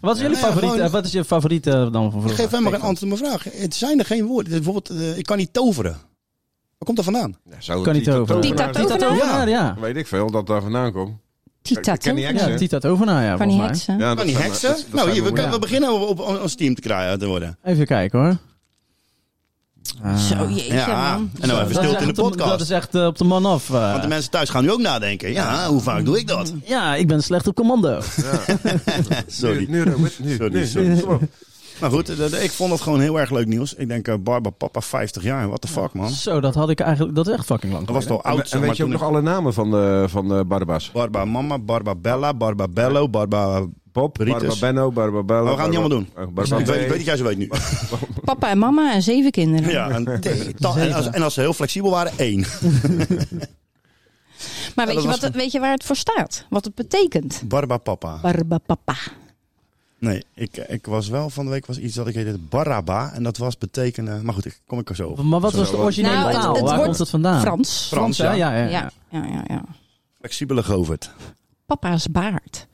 S3: wat is jullie
S2: Ja,
S3: favoriete?
S2: gewoon-
S3: Wat is je favoriete dan van vroeger?
S2: Geef hem maar een antwoord op mijn vraag. Het zijn er geen woorden. Bijvoorbeeld, eh, ik kan niet toveren. Waar komt dat vandaan?
S3: Kan niet over.
S8: Tita
S3: Tita
S8: Tovenaar?
S3: Tovenaar, ja.
S6: Weet ik veel dat daar vandaan komt.
S8: Tita
S6: Ik ken die
S8: Tovenaar.
S6: heksen.
S3: Ja, Tita Tovenaar, ja,
S8: Van die
S3: volgens
S8: heksen.
S6: Ja,
S2: Kan niet
S6: zijn-
S2: heksen?
S6: dat- dat
S2: nou,
S6: zijn
S2: hier, we,
S6: mijn-
S2: eh, kunnen- we beginnen op, op- ons team te krijgen te worden.
S3: mij. Even kijken hoor.
S8: Zo, jeetje
S2: Ja,
S8: man.
S2: en nou even
S3: Eh, Dat is
S2: stilte in de
S3: echt op-
S2: podcast.
S3: Dat is echt eh, op de man af. eh.
S2: Want de mensen thuis gaan nu ook nadenken. Ja, hoe vaak doe ik dat?
S3: Ja, ik ben slecht op commando.
S2: Sorry.
S6: Nu, nu, Robert, nu.
S2: Sorry,
S6: nu,
S2: sorry.
S6: nu, kom op.
S2: Maar goed, eh, dat- ik vond het gewoon heel erg leuk nieuws. Ik denk, eh, Barba Papa, 50 jaar. What the fuck, man.
S3: Zo, dat had ik eigenlijk... Dat is echt fucking lang
S2: Dat was
S3: geleden.
S2: toch
S6: En,
S2: oud,
S6: en
S2: zeg maar,
S6: weet je ook
S2: toen
S6: nog
S2: ik-
S6: alle namen van, de, van de Barbas?
S2: Barba Mama, Barba Bella, Barba Bello, Barba...
S6: Bob,
S2: Ritus.
S6: Barbabello, Barbabello.
S2: Maar Oh, we gaan het niet allemaal doen.
S6: Barba
S2: Ik weet, ik
S6: Bey.
S2: weet dat jij ze weet nu.
S8: Dus Papa en mama en zeven kinderen.
S2: Ja, en, ta- en, als, en als ze heel flexibel waren, één.
S8: Maar
S2: Ja,
S8: weet,
S2: dat
S8: je
S2: was
S8: wat, het- weet je waar het voor staat? Wat het betekent?
S2: Barba Papa.
S8: Barba papa.
S2: Nee, ik, ik was wel van de week was iets dat ik heette Baraba. En dat was betekenen... Maar goed, ik kom ik er zo op.
S3: Maar wat was de originele
S8: Nou, het-
S3: taal?
S8: het
S3: Waar
S8: wordt
S3: komt het vandaan?
S8: Frans.
S2: Frans,
S3: hè?
S2: ja.
S3: Ja, ja,
S8: Ja,
S3: ja.
S8: ja, ja, ja.
S2: Flexibele govert.
S8: Papa's baard.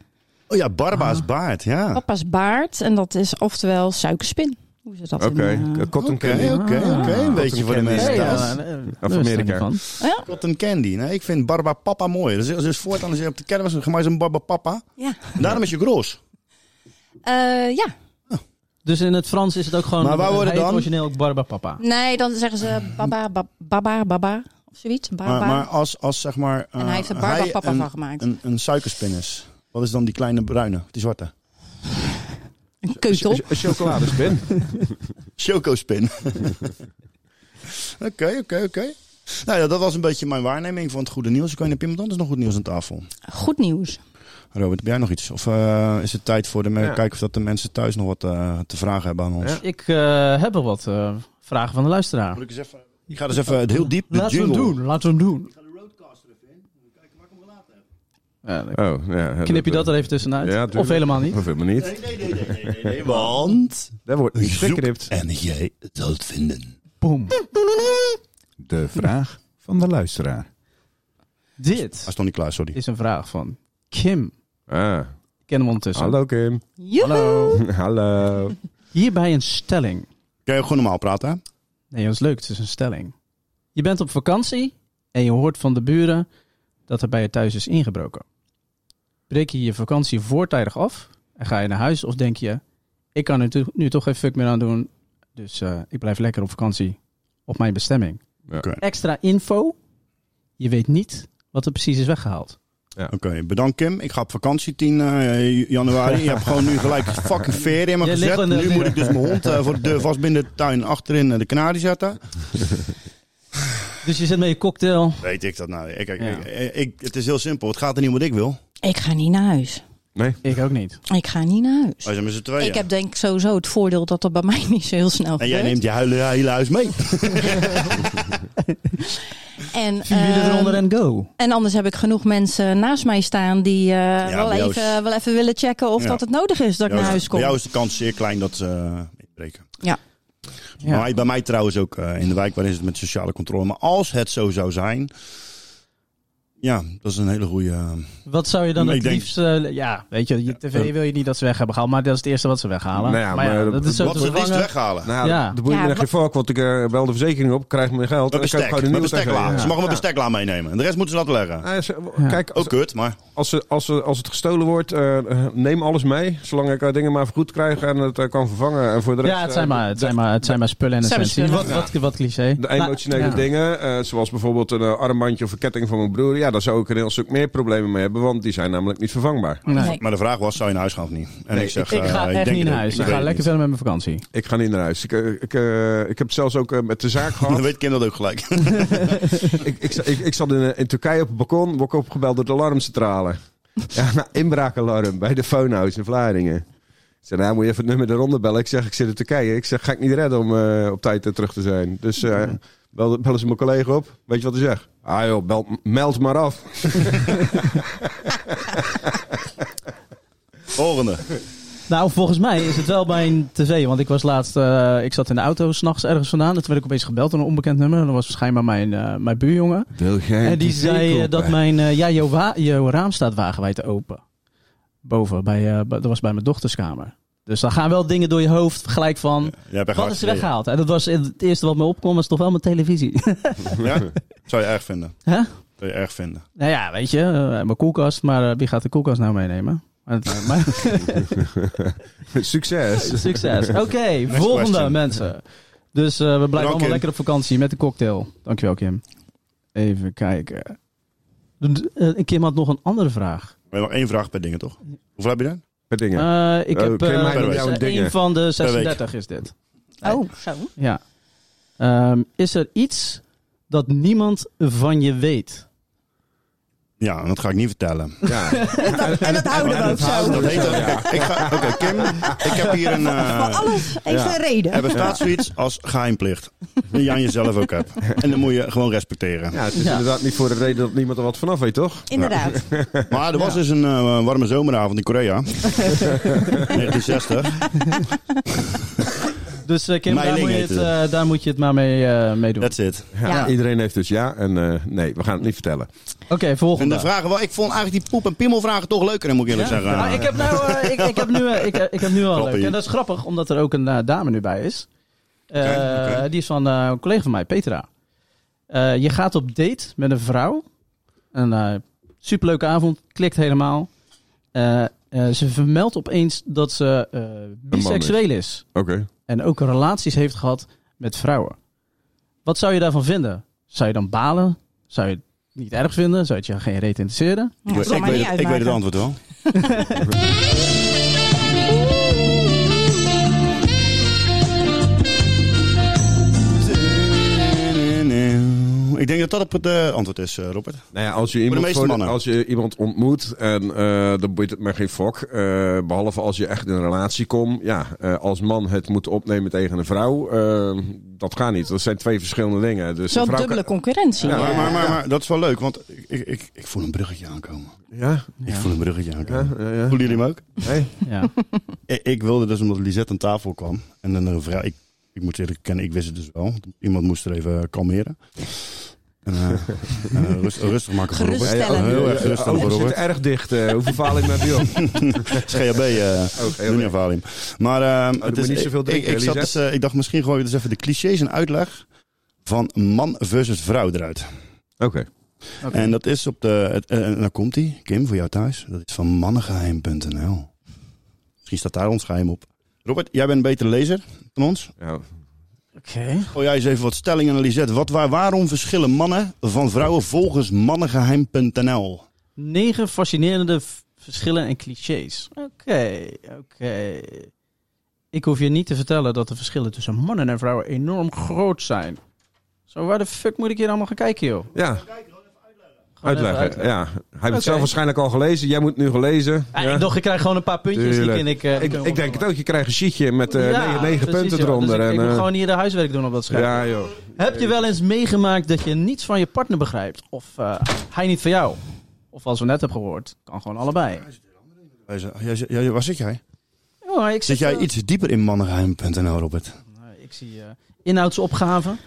S2: Oh ja,
S6: Ah.
S2: Barba's baard, ja.
S8: Papa's baard en dat is oftewel suikerspin. Hoe ze dat
S6: Oké,
S8: in... eh,
S6: eh, Cotton Candy.
S2: Oké, oké, oké. Ah. Een beetje voor de
S6: Cotton
S2: mensen
S3: Hey,
S2: thuis.
S3: ja, eh,
S6: Of
S3: daar is
S6: Amerika.
S3: het niet
S8: ja.
S2: Cotton Candy. Nee, ik vind Barba Papa mooi. Dus, dus voortaan als je op de kermis ga maar eens een Barba Papa.
S8: Ja.
S2: En daarom is je gros.
S8: Eh, ja.
S3: Dus in het Frans is het ook gewoon...
S2: Maar waar
S3: hij
S2: worden
S3: heet
S2: dan-
S3: origineel ook Barba Papa.
S8: Nee, dan zeggen ze baba, ba- baba, baba. Of zoiets. Baba.
S2: Maar, maar als, als zeg maar... eh,
S8: en hij heeft er Barba
S2: hij
S8: papa
S2: een,
S8: van gemaakt. Een,
S2: Een, een suikerspin is. Wat is dan die kleine bruine, die zwarte?
S8: keutel.
S6: Een chocoladespin.
S2: Chocospin. Oké, oké, oké. Nou ja, dat was een beetje mijn waarneming van het goede nieuws. Ik weet niet, heb iemand anders nog goed nieuws aan tafel?
S8: Goed nieuws.
S2: Robert, heb jij nog iets? Of eh, is het tijd voor de me-
S6: Ja.
S2: kijken of dat de mensen thuis nog wat eh, te vragen hebben aan ons?
S6: Ja.
S3: Ik eh, heb wel wat eh, vragen van de luisteraar.
S2: Moet ik eens even... Ik ga dus even het heel diep de
S3: Laten we hem
S2: jingle.
S3: doen, laten we hem doen. Ja, dan
S6: Oh, ja. ja,
S3: knip je dat er even tussenuit?
S6: Ja,
S3: of
S6: tuurlijk.
S3: helemaal niet?
S6: Of helemaal niet.
S2: Nee, nee, nee, nee, nee, nee, nee, Want...
S6: Daar wordt niet
S2: Zoek
S6: geknipt.
S2: En jij zult vinden.
S3: Boom.
S9: De vraag van de luisteraar.
S2: Hij
S3: Dit
S2: is nog niet klaar, sorry.
S3: is een vraag van Kim.
S6: Ah,
S3: Ik ken hem ondertussen.
S6: hallo Kim.
S8: Joehoe.
S6: Hallo.
S3: Hierbij een stelling.
S2: Kun je ook gewoon normaal praten, hè?
S3: Nee, dat is leuk. Het is een stelling. Je bent op vakantie en je hoort van de buren dat er bij je thuis is ingebroken. Breek je je vakantie voortijdig af en ga je naar huis? Of denk je, ik kan er to- nu toch geen fuck meer aan doen, dus eh, ik blijf lekker op vakantie op mijn bestemming.
S6: Ja.
S2: Oké.
S3: Extra info, je weet niet wat er precies is weggehaald.
S2: Oké, bedankt Kim. Ik ga op vakantie 10 eh, januari. Je hebt gewoon nu gelijk fucking veer in me
S3: Je ligt
S2: gezet.
S3: in de
S2: Nu
S3: deur.
S2: moet ik dus mijn hond eh, voor de deur vastbinden, de tuin achterin eh, de kanarie zetten.
S3: Dus je zit met je cocktail.
S2: Weet ik dat nou? Ik, ik,
S3: Ja.
S2: ik, ik- het is heel simpel. Het gaat er niet om wat ik wil.
S8: Ik ga niet naar huis.
S3: Ik ook niet.
S8: Ik ga niet naar huis.
S2: Wij zijn met z'n tweeën.
S8: Ik heb denk ik sowieso het voordeel dat dat bij mij niet zo heel snel
S2: En
S8: gebeurt.
S2: jij neemt je huilen, hele huis mee.
S8: En,
S3: Vier uur
S8: ehm,
S3: eronder en go.
S8: en anders heb ik genoeg mensen naast mij staan die eh, wel,
S2: bij jou is-
S8: even, wel even willen checken of
S2: Ja.
S8: dat het nodig is dat ik
S2: Jou is-
S8: naar huis kom.
S2: Bij jou is de kans zeer klein dat ze eh, inbreken.
S8: Ja.
S3: Ja.
S2: Maar bij mij trouwens ook eh, in de wijk, waar is het met sociale controle. Maar als het zo zou zijn, ja, dat is een hele goede... eh,
S3: Wat zou je dan
S2: Ik
S3: het
S2: denk- eh,
S3: liefst... eh, ja, weet je, je tv wil je niet dat ze weg hebben gehaald, maar dat is het eerste wat ze weghalen.
S6: Nou ja, maar
S3: dat is zo
S2: wat
S3: te
S2: ze het liefst
S3: vervangen.
S2: weghalen.
S6: Nou,
S3: Ja.
S6: de boeien
S8: Ja,
S6: ja, je
S8: wat-
S6: volk, want ik eh, bel de verzekering op, krijg mijn geld.
S2: Met
S6: en dan
S2: bestek,
S6: kan ik
S2: met
S6: gewoon een nieuwe
S2: bestekla.
S6: tegen-
S2: Ze mogen
S6: Ja.
S2: mijn
S6: Ah,
S2: bestekla meenemen. De rest moeten ze laten leggen.
S6: Ja, ze- Kijk, als,
S2: Ook kut, maar
S6: als, ze- als, ze- als het gestolen wordt, eh, eh, neem alles mee. Zolang ik eh, dingen maar goed krijg en het eh, kan vervangen. En voor de rest,
S3: Ja, het zijn
S6: eh,
S3: maar, het zijn maar, het zijn maar spullen en
S8: Het zijn maar
S3: essentie. Wat,
S8: spullen.
S3: wat, wat cliché.
S6: De emotionele
S3: Nou, ja.
S6: dingen, eh, zoals bijvoorbeeld een eh, armbandje of een ketting van mijn broer. Ja, daar zou ik een heel stuk meer problemen mee hebben, want die zijn namelijk niet vervangbaar.
S3: Nee.
S8: Nee.
S2: Maar de vraag was, zou je naar huis gaan of niet? En
S6: Nee,
S2: ik zeg,
S3: Ik ga
S2: eh,
S3: echt
S2: denk
S3: niet
S2: het
S3: naar
S2: ook.
S3: huis. Ik
S2: weet
S3: ga
S2: het
S3: lekker
S2: niet.
S3: verder met mijn vakantie.
S6: Ik ga niet naar huis. Ik, eh, ik, eh, ik heb zelfs ook eh, met de zaak
S2: Dan
S6: gehad.
S2: weet Kim dat ook gelijk.
S6: ik, ik, ik, ik zat in, eh, in Turkije op het balkon, word ik opgebeld door de alarmcentrale. Ja, nou, inbraakalarm bij de phonehouse in Vlaardingen. Ik zei, nou moet je even het nummer eronder bellen. Ik zeg, ik zit in Turkije. Ik zeg, ga ik niet redden om eh, op tijd eh, terug te zijn. Dus eh bel, bellen ze mijn collega op. Weet je wat hij zegt? Ah joh, bel, meld maar af.
S2: Volgende.
S3: Nou, volgens mij is het wel bij een tv. Want ik was laatst, eh, ik zat in de auto s'nachts ergens vandaan. En toen werd ik opeens gebeld door een onbekend nummer. Dat was waarschijnlijk mijn, eh, mijn buurjongen.
S6: Wil jij
S3: En die zei eh, dat mijn, eh, ja, jouw, wa- jouw raam staat wagenwijd open. Boven, bij, eh, bij- dat was bij mijn dochterskamer. Dus dan gaan wel dingen door je hoofd gelijk van,
S2: Jij bent
S3: wat is
S2: hard
S3: er
S2: gereden.
S3: weggehaald? En dat was het eerste wat me opkwam, was toch wel mijn televisie.
S2: Ja? Zou je erg vinden.
S3: Hè?
S2: Zou je erg vinden.
S3: Nou ja, weet je, eh, mijn koelkast, maar eh, wie gaat de koelkast nou meenemen? Maar het lijkt mij
S6: Succes.
S3: succes. Oké,
S2: Next
S3: volgende
S2: question.
S3: mensen. Dus eh, we blijven allemaal
S2: Kim.
S3: lekker op vakantie met de cocktail. Dankjewel, Kim. Even kijken. De- eh, Kim had nog een andere vraag.
S2: We hebben nog één vraag per dingen, toch? Hoeveel heb je dan?
S6: Per dingen.
S3: Eh, ik
S6: Oh,
S3: heb
S6: Kim,
S3: eh,
S6: maak
S2: nou
S3: dus,
S6: jouw
S3: eh,
S6: dingen.
S3: een van de 36 is dit.
S8: Oh, zo.
S3: Ja. Ehm, is er iets dat niemand van je weet?
S2: Ja, dat ga ik niet vertellen.
S6: Ja. en,
S8: En dat houden we
S2: En
S8: ook
S2: dat houden-
S8: zo.
S2: dat heet ook- Kijk, ik ga, oké, Kim, ik heb hier een...
S8: Maar
S2: eh
S8: alles heeft
S6: Ja.
S8: een reden.
S2: er bestaat zoiets als geheimplicht. Die je aan jezelf ook hebt. En dan moet je gewoon respecteren.
S6: Ja, het is
S3: Ja.
S6: inderdaad niet voor de reden dat niemand er wat vanaf weet, toch?
S8: Inderdaad.
S2: Maar er was dus een eh, warme zomeravond in Korea. 1960.
S3: Dus eh, Kim,
S2: Meiling
S3: daar moet, je
S2: heet
S3: het, eh, daar moet je het maar mee, eh, mee doen.
S2: That's it.
S6: Ja.
S8: Ja.
S6: Iedereen heeft dus ja en eh, nee. We gaan het niet vertellen.
S3: Oké,
S2: En de
S3: volgende.
S2: vragen wel, ik vond eigenlijk die poep- en piemelvragen toch leuker, moet ik eerlijk zeggen.
S3: Ah, ik, heb nou, eh, ik, ik heb nu, eh, ik, eh, ik heb nu al
S2: Grappie.
S3: leuk. En dat is grappig, omdat er ook een eh, dame nu bij is. Eh,
S2: Oké, oké.
S3: Die is van eh, een collega van mij, Petra. Eh, je gaat op date met een vrouw. Een eh, superleuke avond, klikt helemaal. Eh, eh, ze vermeldt opeens dat ze eh, biseksueel is.
S6: Oké.
S3: En ook relaties heeft gehad met vrouwen. Wat zou je daarvan vinden? Zou je dan balen? Zou je het niet erg vinden? Zou het je geen reet interesseren?
S8: Ja,
S2: ik,
S8: dat zal mij
S2: weet
S8: niet
S2: het, ik weet het
S8: uitmaken.
S2: antwoord wel. Ik denk dat dat op het eh, antwoord is, eh, Robert.
S6: Nou ja, als je iemand,
S2: meeste
S6: voor de-
S2: mannen.
S6: als je iemand ontmoet, en, eh, dan boeit het me geen fok. Eh, behalve als je echt in een relatie komt. Ja, eh, als man het moet opnemen tegen een vrouw, eh, dat gaat niet. Dat zijn twee verschillende dingen. Dus
S8: Zo'n
S6: een vrouw
S8: dubbele concurrentie.
S2: Ja, maar, maar, maar, maar dat is wel leuk, want ik, ik, ik voel een bruggetje aankomen.
S6: kan- Ja,
S2: Ik voel een bruggetje aankomen.
S6: ja, ja. ja.
S2: Voelen jullie hem ook?
S6: Hey.
S3: Ja.
S2: Ik, ik wilde dus, omdat Lisette aan tafel kwam, en dan een vrouw... Ik, ik moet eerlijk kennen, ik wist het dus wel. Iemand moest er even kalmeren. En, eh, eh, rust- rustig maken voor Robert.
S8: Geruststellend.
S2: Heel erg
S6: Ja, oh,
S2: geruststellend voor
S6: ogen
S2: Robert.
S6: zitten erg dicht. eh, hoeveel faal ik met die op?
S2: Het is GHB, eh
S6: Oké,
S2: doe niet aan Valium. Maar eh,
S6: moet
S2: het
S6: je
S2: is,
S6: niet zoveel drinken,
S2: ik, ik, zat
S6: Elisabeth.
S2: dus, eh, ik dacht misschien gooi je dus even de clichés en uitleg van man versus vrouw eruit.
S6: Oké.
S2: En dat is op de, het, eh, en daar komt hij, Kim, voor jou thuis. Dat is van mannengeheim.nl. Misschien staat daar ons geheim op. Robert, jij bent een betere lezer dan ons.
S6: Ja.
S3: Oké.
S2: Gooi jij eens even wat stellingen en Lisette. Wat, waar, waarom verschillen mannen van vrouwen volgens mannengeheim.nl?
S3: Negen fascinerende v- verschillen en clichés. Oké, oké. Ik hoef je niet te vertellen dat de verschillen tussen mannen en vrouwen enorm groot zijn. Zo, waar de fuck moet ik hier allemaal gaan kijken, joh? Gewoon
S6: ja.
S3: even
S6: Uitleggen.
S3: uitleggen.
S6: Ja. Hij heeft
S3: Oké.
S6: het zelf waarschijnlijk al gelezen. Jij moet nu gelezen.
S3: Ah,
S6: Ja.
S3: ik dacht, ik krijg gewoon een paar puntjes. Die
S6: Tuurlijk.
S3: ken ik, eh,
S6: Ik,
S3: kunnen
S6: ik denk het ook. Je krijgt een sheetje met eh,
S3: Ja,
S6: negen, negen
S3: precies,
S6: punten
S3: joh.
S6: eronder.
S3: Dus ik, ik
S6: en,
S3: moet
S6: eh,
S3: gewoon hier de huiswerk doen op dat scherm.
S6: ja, joh.
S3: Heb je wel eens meegemaakt dat je niets van je partner begrijpt? Of eh, hij niet van jou? Of als we net hebben gehoord, kan gewoon allebei.
S2: Wij zijn- jij zit- jij- Waar zit jij?
S3: Ja, maar ik
S2: Zit jij
S3: eh,
S2: iets dieper in mannengeheim.nl, Robert?
S3: Nou, ik zie eh, inhoudsopgaven.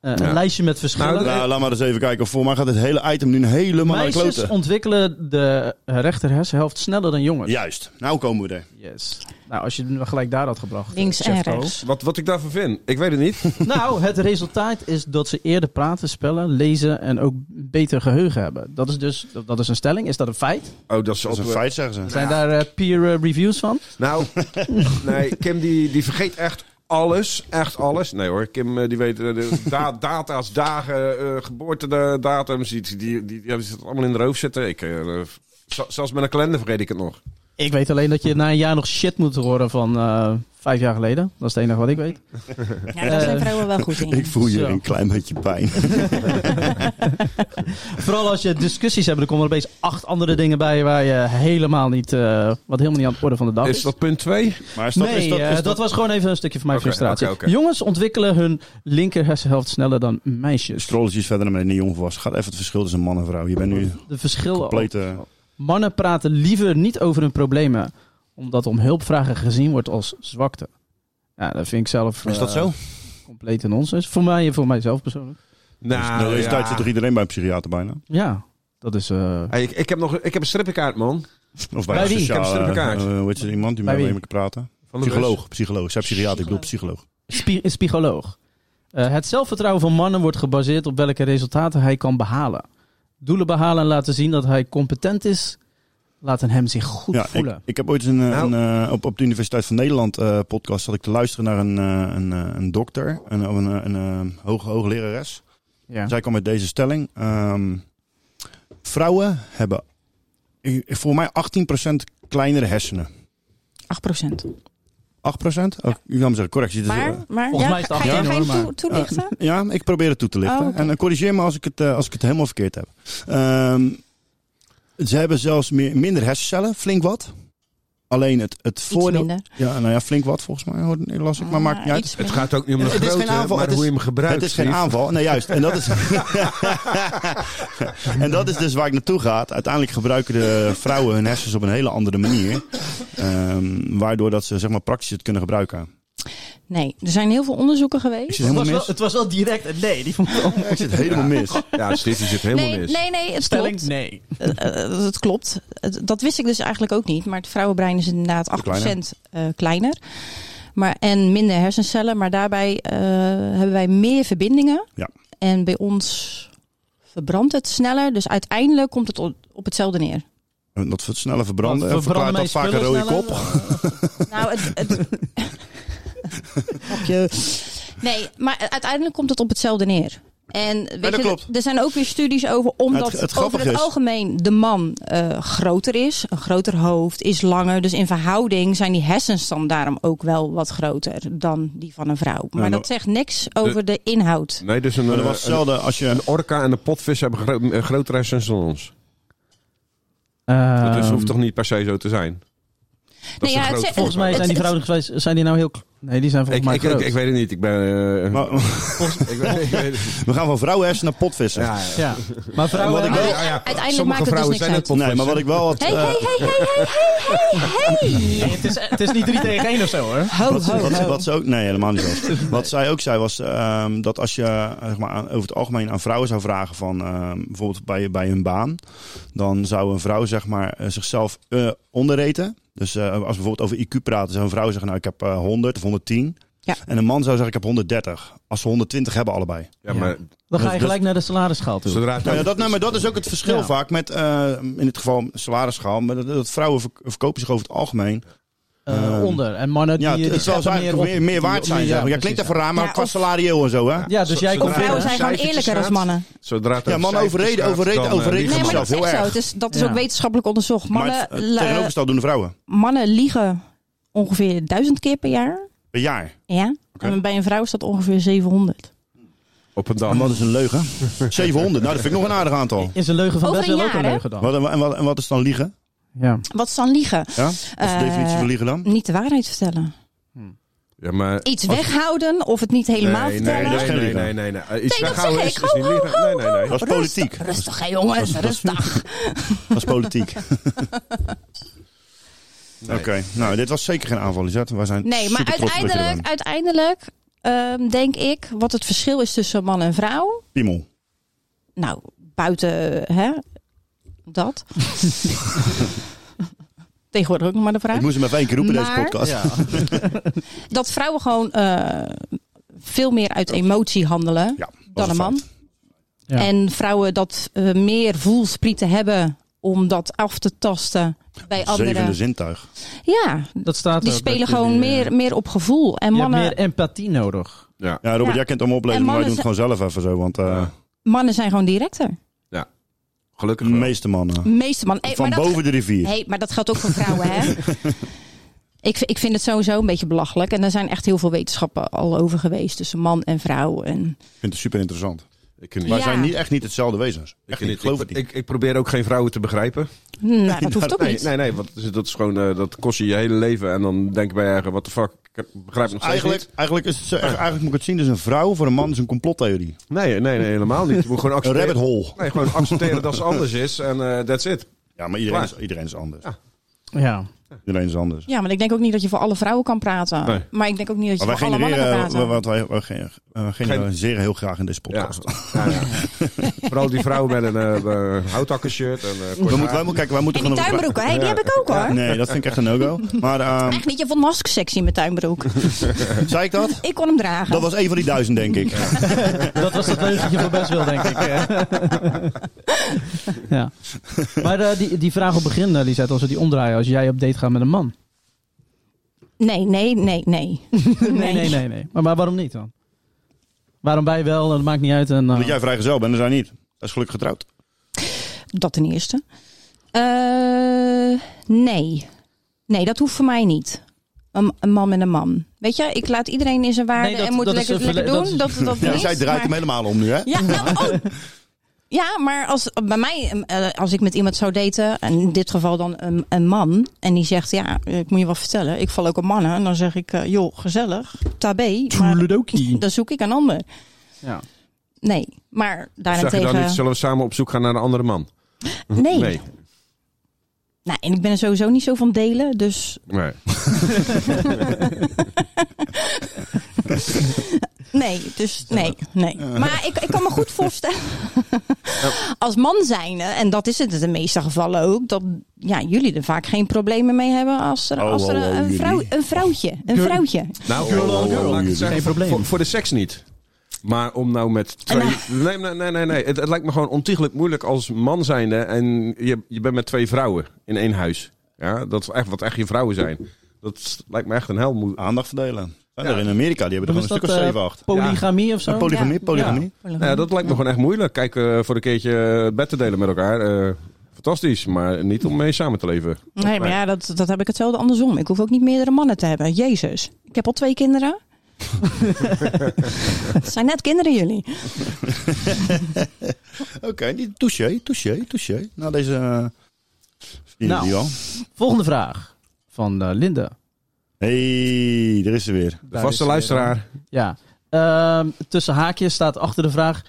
S3: Eh,
S6: Ja.
S3: Een lijstje met verschillen.
S2: Nou, laat maar eens even kijken. Voor mij gaat het hele item nu helemaal naar de
S3: Meisjes
S2: kloten.
S3: ontwikkelen de eh, rechterhersenhelft sneller dan jongens.
S2: Juist. Nou komen we er.
S3: Yes. Nou, als je hem gelijk daar had gebracht.
S8: Links
S3: eh,
S8: en
S3: Chefto.
S8: rechts.
S6: Wat, wat ik daarvan vind, ik weet het niet.
S3: Nou, het resultaat is dat ze eerder praten, spellen, lezen en ook beter geheugen hebben. Dat is dus, dat- dat is een stelling. Is dat een feit?
S6: Oh, dat is
S2: Dat is
S6: altijd
S2: een
S6: wel-
S2: feit, zeggen ze.
S3: Zijn daar eh, peer eh, reviews van?
S6: Nou, nee, Kim die, die vergeet echt alles. Echt alles. Nee hoor, Kim eh, die weet eh, de da- data's, dagen, eh geboortedatums. Die, die, die, die hebben ze allemaal in de hoofd zitten. Ik, eh, z- zelfs met een kalender vergeet ik het nog.
S3: Ik weet alleen dat je na een jaar nog shit moet horen van eh, vijf jaar geleden. Dat is het enige wat ik weet.
S8: Ja, daar zijn
S3: Eh,
S8: vrouwen wel goed in.
S2: Ik voel je
S3: Zo.
S2: een klein beetje pijn.
S3: Vooral als je discussies hebt, dan komen er opeens acht andere dingen bij waar je helemaal niet, eh, wat helemaal niet aan het orde van de dag is.
S6: Is dat punt 2?
S2: Maar is dat,
S3: Nee,
S2: is
S3: eh,
S2: dat,
S3: dat,
S2: is dat-
S3: was gewoon even een stukje van mijn
S6: Oké,
S3: frustratie.
S6: oké, oké.
S3: Jongens ontwikkelen hun linker hersenhelft sneller dan meisjes.
S2: Strolletjes verder naar beneden, jongvolwassen. Gaat even het verschil tussen man en vrouw. Je bent nu
S3: De verschillen.
S2: compleet... eh,
S3: Mannen praten liever niet over hun problemen, omdat om hulp vragen gezien wordt als zwakte. Ja, dat vind ik zelf
S2: is dat
S3: eh,
S2: zo?
S3: compleet nonsens. Voor mij en voor mijzelf persoonlijk.
S6: Nou,
S2: Nou, deze
S6: ja.
S2: tijd zit toch iedereen bij een psychiater bijna?
S3: Ja, dat is. eh,
S6: Hey, ik, ik heb nog ik heb een strippenkaart, man.
S2: Of bij,
S3: Bij
S2: een
S3: wie?
S2: sociale...
S6: Ik heb een strippenkaart.
S2: eh, hoe heet je, iemand die
S3: Bij
S2: met
S3: wie?
S2: me kan praten?
S6: Van de
S2: Psycholoog, psycholoog. Zij psychiater, ik bedoel psycholoog.
S3: Spie- is psycholoog. Eh, het zelfvertrouwen van mannen wordt gebaseerd op welke resultaten hij kan behalen. Doelen behalen en laten zien dat hij competent is. laten hem zich goed
S2: Ja, ik,
S3: voelen.
S2: ik heb ooit eens een, eh,
S6: Nou.
S2: een, eh, op, op de Universiteit van Nederland eh, podcast zat ik te luisteren naar een, eh, een, eh, een dokter, een, een, een, een, eh, hoge hooglerares.
S3: ja.
S2: Zij kwam met deze stelling. ehm, vrouwen hebben eh, voor mij 18% kleinere hersenen.
S8: 8 procent.
S2: 8%? Oh, U kan me zeggen, correctie. het is, Dus, eh,
S8: Maar, maar
S3: Volgens
S8: ja,
S3: mij is het
S8: ga, ga je-
S3: 18
S8: ga je
S3: hoor,
S8: hem
S3: maar-
S8: toe- toelichten?
S2: Ja, ik probeer het toe te lichten.
S8: Oh, oké.
S2: En eh, corrigeer me als ik het, eh, als ik het helemaal verkeerd heb. Ehm, ze hebben zelfs meer, minder hersencellen, flink wat. Alleen het, het
S8: Iets
S2: voordeel...
S8: minder. Ah,
S2: Ja, nou ja, flink wat volgens mij, hoorde- las ik. Maar maakt niet uit.
S8: Iets
S6: Het
S8: minder.
S6: gaat ook niet om de
S2: Het is geen
S6: grootte,
S2: aanval,
S6: maar
S2: het
S6: hoe
S2: is-
S6: je hem gebruikt.
S2: Het is geen
S6: Steve.
S2: aanval. Nee, juist. En dat is, en dat is dus waar ik naartoe ga. Uiteindelijk gebruiken de vrouwen hun hersens op een hele andere manier. Ehm, waardoor dat ze zeg maar, praktisch het kunnen gebruiken.
S8: Nee, er zijn heel veel onderzoeken
S2: Ik
S8: geweest.
S2: zit helemaal
S3: was wel,
S2: mis.
S3: het was wel direct een nee. Die vond ik wel-
S2: Ik zit helemaal mis.
S6: Ja, Steve zit helemaal
S8: Nee,
S6: mis.
S8: nee, nee, het
S3: Stelling
S8: klopt.
S3: nee.
S8: Eh, eh, dat klopt. Het- Dat wist ik dus eigenlijk ook niet. Maar het vrouwenbrein is inderdaad 8%
S2: Kleiner.
S8: eh, kleiner. Maar, en minder hersencellen. Maar daarbij eh, hebben wij meer verbindingen.
S2: Ja.
S8: En bij ons verbrandt het sneller. Dus uiteindelijk komt het op, op hetzelfde neer.
S2: En Dat snelle verbranden,
S3: Want verbranden
S2: verklaart
S3: mijn
S2: dat vaak een
S3: spullen
S2: rode
S3: sneller?
S2: kop.
S8: nou, het... het Grapje. Nee, maar uiteindelijk komt het op hetzelfde neer. En weet
S2: dat
S8: je,
S2: klopt.
S8: er zijn ook weer studies over, omdat
S2: Het- het
S8: over
S2: grappige
S8: het
S2: is-
S8: algemeen de man eh, groter is, een groter hoofd, is langer. Dus in verhouding zijn die hersens dan daarom ook wel wat groter dan die van een vrouw. Maar
S2: nou,
S8: dat zegt niks over de, inhoud.
S6: Nee, dus een,
S2: Maar dat was
S6: eh, een,
S2: hetzelfde als je...
S6: een orka en een potvis hebben gro eh, grotere hersens dan ons. Dat is,
S3: Ehm,
S6: hoeft toch niet per se zo te zijn? Dat
S8: Nee, ja,
S6: is een
S8: het
S6: groot
S8: zegt-
S3: Volgens mij
S8: Het-
S3: zijn die
S8: het-
S3: vrouwen geweest, zijn die nou heel... kl- Nee, die zijn
S6: Ik,
S3: volgens mij
S6: ik, ik,
S3: groot.
S6: ik weet het niet. Ik ben. eh,
S2: Maar-
S6: ik weet, ik weet het.
S2: we gaan van vrouwenhersen naar potvissen.
S6: Ja, ja.
S3: ja. Maar vrouwen...
S2: Wat ik
S8: Maar
S2: wel-
S8: u- Eh, uiteindelijk
S6: Sommige
S8: maakt het dus
S6: vrouwen
S8: niks
S6: zijn
S8: uit.
S6: het
S2: nee, maar wat ik wel had...
S8: Hey, hey,
S2: eh,
S8: hey, hey, hey, hey, hey, hey.
S3: Nee, het, is, het is niet 3 tegen 1 of zo hoor.
S8: Ho,
S2: Wat, ze-
S8: ho,
S2: wat, ze-
S8: ho.
S2: wat ze ook, nee, helemaal niet zo. Wat zij ook zei was ehm, dat als je eh, zeg maar, aan- over het algemeen aan vrouwen zou vragen van ehm, bijvoorbeeld bij, bij hun baan, dan zou een vrouw zeg maar, eh, zichzelf eh, onderreten. Dus eh, als we bijvoorbeeld over IQ praten, zou een vrouw zeggen, nou ik heb eh, 100 of 110.
S8: Ja.
S2: En een man zou zeggen, ik heb 130. Als ze 120 hebben allebei.
S6: Ja, maar
S3: Dan ga je
S2: Dus-
S3: gelijk naar de salarisschaal toe.
S6: zodra het
S2: Nou ja, dat, nou, maar dat is ook het verschil
S3: Ja.
S2: vaak met, eh, in dit geval salarisschaal, maar dat, dat vrouwen verk- verkopen zich over het algemeen.
S3: Eh,
S2: Ehm,
S3: onder. En mannen die...
S2: Ja,
S3: die
S2: het, het zou
S3: scheppen
S2: eigenlijk
S3: op.
S2: meer, meer, waard zijn. zeg maar. Ja, klinkt
S3: precies,
S2: even raar, maar
S8: Ja,
S2: qua
S8: of-
S2: salario en zo, hè?
S3: Ja, dus jij
S6: Zo-
S3: komt
S8: Of
S6: zodra
S8: vrouwen
S6: het om
S3: verder.
S8: zijn gewoon
S6: cijfertjes
S8: eerlijker als
S6: gaat,
S8: mannen.
S6: Zodra het
S2: Ja,
S6: om
S2: mannen
S6: cijfertjes
S2: overreden-
S6: gaat,
S2: overreden-
S6: dan, eh,
S2: overreden
S6: liegen
S8: Nee, maar dat
S6: ze
S8: is
S2: heel
S8: echt zo.
S2: erg.
S8: Het is, dat is
S3: Ja.
S8: ook wetenschappelijk onderzocht.
S2: Maar
S8: Mannen, eh,
S2: het, het
S8: la-
S2: tegenovergestelde doen de vrouwen.
S8: mannen liegen ongeveer duizend keer per jaar.
S2: Per jaar.
S8: Ja. En bij een vrouw is dat ongeveer 700.
S6: op een
S2: En
S6: dag.
S2: Nou, wat is een leugen? 700. Nou, dat vind ik nog een aardig aantal.
S3: Is een leugen van
S8: Over
S3: best
S8: een
S3: wel ook een
S8: jaar, hè?
S3: leugen dan?
S2: Wat, en, wat, en wat is dan liegen?
S3: Ja.
S8: Wat is dan liegen?
S2: Ja? Wat is de
S8: Eh,
S2: definitie van liegen dan?
S8: Niet de waarheid vertellen.
S6: Ja, maar...
S8: Iets weghouden of het niet helemaal
S6: nee, nee,
S8: vertellen.
S6: nee,
S2: Dat is geen
S6: nee,
S2: liegen.
S6: nee, nee, nee. Eh, Iets
S8: Nee, dat
S6: weghouden
S8: zeg
S6: is,
S8: ik.
S6: is
S8: Ho,
S6: niet
S8: ho,
S6: liegen.
S8: ho,
S6: Nee, nee, nee.
S2: Dat is politiek.
S8: Rustig, rustig hè jongens,
S2: Dat is-
S8: rustig.
S2: Dat is politiek.
S6: Nee.
S2: Oké, nou, dit was zeker geen aanval, Lisette. We zijn
S8: Nee, maar
S2: supertrots met jullie
S8: uiteindelijk,
S2: dan.
S8: uiteindelijk ehm, denk ik wat het verschil is tussen man en vrouw.
S2: Piemel.
S8: Nou, buiten hè, dat. Tegenwoordig ook nog maar de vraag.
S2: Ik moest hem even één keer roepen in deze
S8: Maar-
S2: podcast.
S3: Ja.
S8: dat vrouwen gewoon eh, veel meer uit emotie handelen
S2: Ja, was
S8: dan een man.
S3: Ja.
S8: En vrouwen dat eh, meer voelsprieten hebben om dat af te tasten bij
S2: Zevende
S8: anderen.
S2: zintuig.
S8: Ja,
S3: Dat staat
S8: die
S3: ook, dat eh,
S8: spelen
S3: je
S8: gewoon
S3: die,
S8: meer, meer op gevoel. En
S3: Je hebt meer
S8: mannen,
S3: empathie nodig.
S6: Ja.
S2: Ja, Robert,
S8: Ja.
S2: jij kent hem oplezen,
S8: En
S2: maar wij doen
S8: mannen
S2: het gewoon zelf even zo. Want eh,
S6: Ja.
S8: mannen zijn gewoon directer.
S2: de
S6: Gelukkig wel.
S2: meeste mannen.
S8: Meeste mannen. Hey,
S2: van
S8: maar, dat,
S2: boven de rivier.
S8: hey, maar dat geldt ook voor vrouwen, hè? Ik, v- ik vind het sowieso een beetje belachelijk. En er zijn echt heel veel wetenschappen al over geweest tussen man en vrouw. En...
S2: Ik vind het super interessant.
S6: Ik kan niet.
S2: Wij
S8: Ja.
S2: zijn niet, echt niet hetzelfde wezens.
S6: Ik,
S2: Echt niet,
S6: kan niet.
S2: geloof
S6: Ik,
S2: het niet.
S6: ik, ik probeer ook geen vrouwen te begrijpen.
S8: Nou, dat hoeft ook
S6: nee,
S8: niet.
S6: nee, nee, want dat is- dat is gewoon, eh, dat kost je je hele leven. En dan denk je bij je eigen, what the fuck, ik begrijp nog steeds
S2: Eigenlijk, eigenlijk, is het, zo- eigenlijk moet ik het zien, dus een vrouw voor een man is een complottheorie.
S6: niet. Nee, nee, nee, helemaal niet. Je moet gewoon
S2: Een
S6: accepteren.
S2: rabbit hole.
S6: Nee, gewoon accepteren dat ze anders is en eh, that's it.
S2: Ja, maar iedereen,
S6: Klaar.
S2: is, iedereen is anders.
S6: Ja.
S3: Ja.
S2: Iedereen is anders.
S8: Ja, maar ik denk ook niet dat je voor alle vrouwen kan praten.
S6: Nee.
S8: Maar ik denk ook niet dat je
S2: Maar wij
S8: voor alle mannen kan
S2: genereren,
S8: praten.
S2: eh, wat wij, wij gen- eh, wij generaliseren heel graag in deze
S6: Ja.
S2: podcast.
S6: Ja, ja. Vooral die vrouw met een eh, eh, houthakkenshirt. En, eh, kort
S2: We
S6: haar.
S2: moeten, wij moeten kijken, wij moeten
S8: en die
S2: gewoon over-
S8: tuinbroeken, hey, die heb ik ook hoor.
S2: Nee, dat vind ik echt een no-go. Maar ehm,
S8: Echt niet, je vond Mask sexy met tuinbroek.
S2: zei ik dat?
S8: ik kon hem dragen.
S2: Dat was één van die duizend, denk ik.
S3: Dat was het leugentje voor best wel, denk ik. ja. Maar eh, die, die vraag op het begin, eh, Lisette, als we die omdraaien. Als jij op date gaat met een man.
S8: Nee, nee, nee, nee.
S3: Nee, nee, nee. nee. Maar, maar waarom niet dan? Waarom bij wel? Dat maakt niet uit. En, eh,
S2: Omdat jij vrijgezel bent en zij niet. Dat is gelukkig getrouwd.
S8: Dat ten eerste. Eh, nee. Nee, dat hoeft voor mij niet. Een, een man met een man. Weet je, ik laat iedereen in zijn waarde
S3: Nee, dat-
S8: en moet
S3: dat is
S8: lekker,
S3: een
S8: lekker
S3: verle-
S8: doen.
S3: dat is-
S8: Dat, dat
S2: Ja,
S8: is,
S2: zij draait hem
S8: maar-
S2: helemaal om nu, hè?
S8: Ja, nou, oh. ja maar als, bij mij, eh, als ik met iemand zou daten, en in dit geval dan een, een man, en die zegt, ja, ik moet je wel vertellen, ik val ook op mannen. En dan zeg ik, eh, joh, gezellig, tabé. Maar
S3: Toeledokie.
S8: dan zoek ik een ander.
S3: Ja.
S8: Nee, maar
S6: Zeg je
S8: daarentegen...
S6: dan niet, zullen we samen op zoek gaan naar een andere man?
S8: nee. Nou, en ik ben er sowieso niet zo van delen, dus
S6: Nee.
S8: Nee, dus nee, nee. Maar ik, ik kan me goed voorstellen, als man zijnde, en dat is het in de meeste gevallen ook, dat ja, jullie er vaak geen problemen mee hebben als er,
S2: Oh,
S8: als er
S2: oh, oh,
S8: een, vrouw,
S2: jullie.
S8: een vrouwtje, een vrouwtje.
S6: Nou, laat ik het
S2: jullie.
S6: zeggen,
S3: Geen probleem.
S6: Voor, voor de seks niet. Maar om nou met twee...
S2: eh,
S6: Nee, nee, nee, nee. nee. Het, het lijkt me gewoon ontiegelijk moeilijk als man zijnde. En je, je bent met twee vrouwen in één huis. Ja, dat is echt wat echt je vrouwen zijn. Dat lijkt me echt een hel moeilijk.
S2: Aandacht verdelen. Zijn er in Amerika, die hebben
S3: Wat
S2: er
S3: is
S2: gewoon een
S3: dat,
S2: stuk of
S3: eh,
S2: 7, 8.
S3: Polygamie of zo?
S2: Polygamie, polygamie.
S6: Ja, dat lijkt me gewoon echt moeilijk. Kijk, eh, voor een keertje het bed te delen met elkaar. eh, fantastisch, maar niet om mee samen te leven.
S8: Nee, maar ja, dat, dat heb ik hetzelfde andersom. Ik hoef ook niet meerdere mannen te hebben. Jezus, ik heb al twee kinderen. het zijn net kinderen jullie.
S2: Oké, die- touché, touché, touché. Nou, deze... eh, Zien
S3: Nou.
S2: nou. die al?
S3: Volgende vraag van eh Linda.
S2: hey, er is ze weer.
S6: De
S3: Daar is eh, ze
S6: vaste
S3: weer.
S6: luisteraar.
S3: Ja. Ehm, tussen haakjes staat achter de vraag...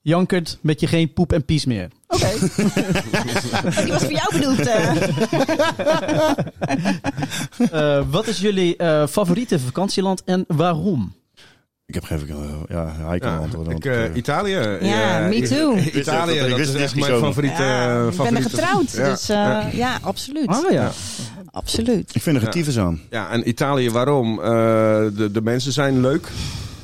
S3: Jankert met je geen poep en pies meer.
S8: Oké. Die was voor jou bedoeld. eh.
S3: Eh, wat is jullie eh, favoriete vakantieland en waarom?
S2: Ik heb geen... eh, Ja, hij kan
S6: Ja,
S2: antwoorden.
S6: ik,
S2: want,
S6: eh,
S2: eh,
S6: Italië. Ja,
S8: me
S6: I-
S8: too.
S2: Ik wist dat-
S6: Italië,
S2: ik
S6: dat,
S2: wist
S6: is
S2: het
S6: echt
S2: niet
S6: mijn
S2: zo.
S6: favoriete...
S8: Ja,
S6: eh,
S8: ik ben er
S6: favoriete-
S8: getrouwd,
S6: Ja,
S8: dus eh,
S6: ja.
S8: ja, absoluut.
S3: Ah ja.
S8: Absoluut.
S2: ik vind er
S6: Ja.
S2: getiefes aan.
S6: Ja, en Italië, waarom? Eh, de, de mensen zijn leuk.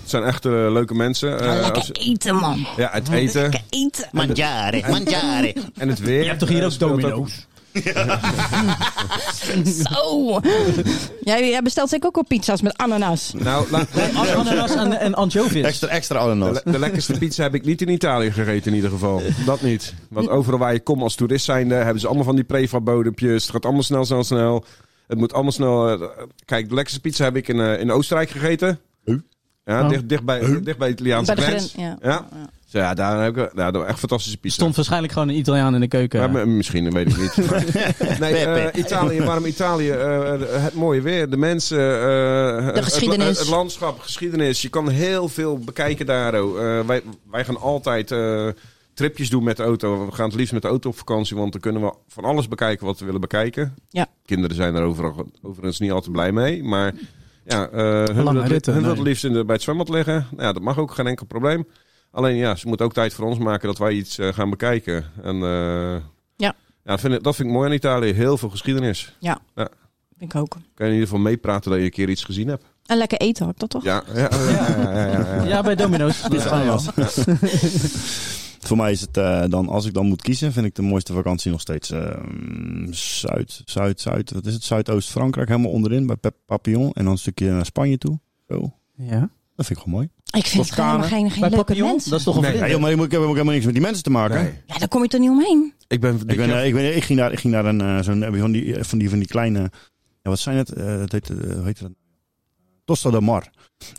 S6: Het zijn echt eh, leuke mensen. Eh, als-
S8: Lekker eten, man.
S6: ja, het eten
S8: Lekker eten.
S7: Mangiare, mangiare.
S6: en het weer.
S3: Je hebt toch hier
S6: eh,
S3: ook
S6: speelt
S3: domino's?
S8: Zo. Jij, jij bestelt zeker ook al pizza's met ananas.
S6: Nou, la-
S3: An- Ananas en, en anchovies.
S2: Extra, extra ananas.
S6: de, le- de lekkerste pizza heb ik niet in Italië gegeten in ieder geval. Dat niet. Want overal waar je komt als toerist zijnde, hebben ze allemaal van die prefab-bodempjes. Het gaat allemaal snel, snel, snel. Het moet allemaal snel. eh, kijk, de lekkerste pizza heb ik in, eh, in Oostenrijk gegeten.
S2: Huh?
S6: Ja, dicht, dicht, bij, dicht bij de Italiaanse
S8: Bij de
S6: grens.
S8: grens, ja.
S6: Ja. Zo, ja, daar heb ik nou, echt fantastische pizza.
S3: Stond waarschijnlijk gewoon een Italiaan in de keuken.
S6: Ja, maar misschien, weet ik niet. nee, eh, Italië, waarom Italië? Eh, het mooie weer, de mensen. eh, het-
S8: geschiedenis.
S6: Het, het landschap, geschiedenis. Je kan heel veel bekijken daar. oh. Eh, wij, wij gaan altijd eh, tripjes doen met de auto. We gaan het liefst met de auto op vakantie, want dan kunnen we van alles bekijken wat we willen bekijken.
S8: Ja.
S6: Kinderen zijn er overal, overigens niet altijd blij mee, maar... Ja, eh hun
S3: Lange
S6: wil het-
S3: ritten,
S6: hun wil
S3: nee.
S6: het liefst in de, bij het zwembad liggen. Nou, ja, dat mag ook, geen enkel probleem. Alleen ja, ze moeten ook tijd voor ons maken dat wij iets eh, gaan bekijken. En eh,
S8: Ja.
S6: ja, vind ik, dat vind ik mooi aan Italië. Heel veel geschiedenis.
S8: Vind ik ook.
S6: Kan je in ieder geval meepraten dat je een keer iets gezien hebt.
S8: En lekker eten had ik dat toch?
S6: Ja, ja, ja, ja, ja, ja.
S3: Ja, bij domino's.
S2: Voor mij is het eh, dan, als ik dan moet kiezen, vind ik de mooiste vakantie nog steeds ehm, Zuid, Zuid, Zuid. Wat is het? Zuidoost-Frankrijk, helemaal onderin bij Pep Papillon. En dan een stukje naar Spanje toe. Zo.
S3: Ja.
S2: Dat vind ik gewoon mooi.
S8: Ik vind het
S2: Toscane.
S8: helemaal geen, geen
S3: Bij
S8: leuke
S3: Papillon?
S8: mensen.
S3: Dat is toch een
S6: Nee.
S2: Ja,
S3: vriendin?
S2: joh, maar ik heb ook helemaal niks met die mensen te maken.
S6: Nee.
S8: Ja, daar kom je toch niet omheen.
S6: Ik ben,
S2: Ik, ben, eh, ik, ben, ik ging daar, ik ging daar een, eh, zo'n, eh, van, die, eh, van, die, van die kleine, ja, wat zijn het? Eh, dat heet, eh, hoe heet dat? Tosta de Mar.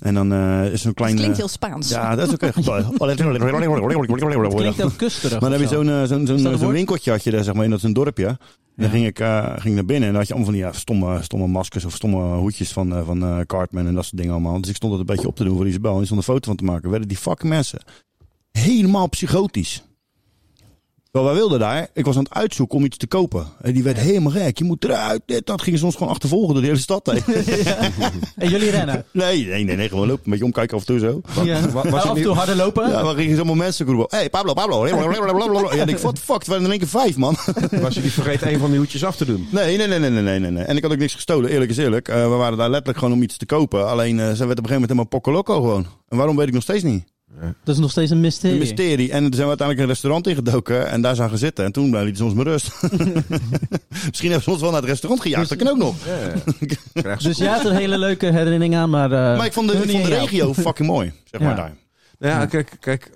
S2: En dan eh, is zo'n
S8: Het
S2: klein...
S8: klinkt
S2: eh,
S8: heel Spaans.
S2: ja, dat is ook echt...
S3: Het klinkt heel kusterig.
S2: Maar dan
S3: of
S2: heb je
S3: zo.
S2: zo'n eh, zo'n zo'n
S3: Is dat een
S2: zo'n
S3: woord?
S2: winkeltje had je daar, zeg maar, in dat is een dorpje. En
S3: Ja.
S2: Dan ging ik eh, ging naar binnen en dan had je allemaal van die ja, stomme, stomme maskers of stomme hoedjes van, eh, van eh, Cartman en dat soort dingen allemaal. Dus ik stond dat een beetje op te doen voor Isabel en die stond een foto van te maken. Werden die fucking mensen helemaal psychotisch. Wel, wij wilden daar. Ik was aan het uitzoeken om iets te kopen. En die werd helemaal gek. Je moet eruit. Dit, dat gingen ze ons gewoon achtervolgen door de hele stad. heen.
S3: En jullie rennen.
S2: nee, nee, nee, nee. Gewoon lopen. Een beetje omkijken af en toe zo.
S3: Ja.
S6: was het
S3: af en
S6: niet-
S3: toe harder lopen.
S2: Ja, maar gingen ze allemaal mensen groepen. Hé, hey, Pablo, Pablo. Ja, ik denk, wat fuck. Het waren in één keer vijf, man.
S6: eh, Was je niet vergeten een van die hoedjes af te doen?
S2: Nee, nee, nee, nee, nee, nee, nee, nee. En ik had ook niks gestolen, eerlijk is eerlijk. Eh, we waren daar letterlijk gewoon om iets te kopen. Alleen, eh, ze werd op een gegeven moment helemaal pokkelokko gewoon. En waarom weet ik nog steeds niet.
S3: Dat is nog steeds een mysterie.
S2: Een mysterie. En toen zijn we uiteindelijk een restaurant ingedoken en daar zijn we zitten. En toen eh, lieten ze ons maar rust. Misschien hebben ze ons wel naar het restaurant gejaagd. Dat kan ook nog.
S6: Krijg ze
S3: Dus jij had een hele leuke herinnering aan, maar... eh,
S2: Maar ik vond de,
S3: hun
S2: ik vond de
S3: en jou.
S2: regio fucking mooi, zeg maar
S3: Ja.
S2: daar.
S6: Nou ja, kijk, kijk.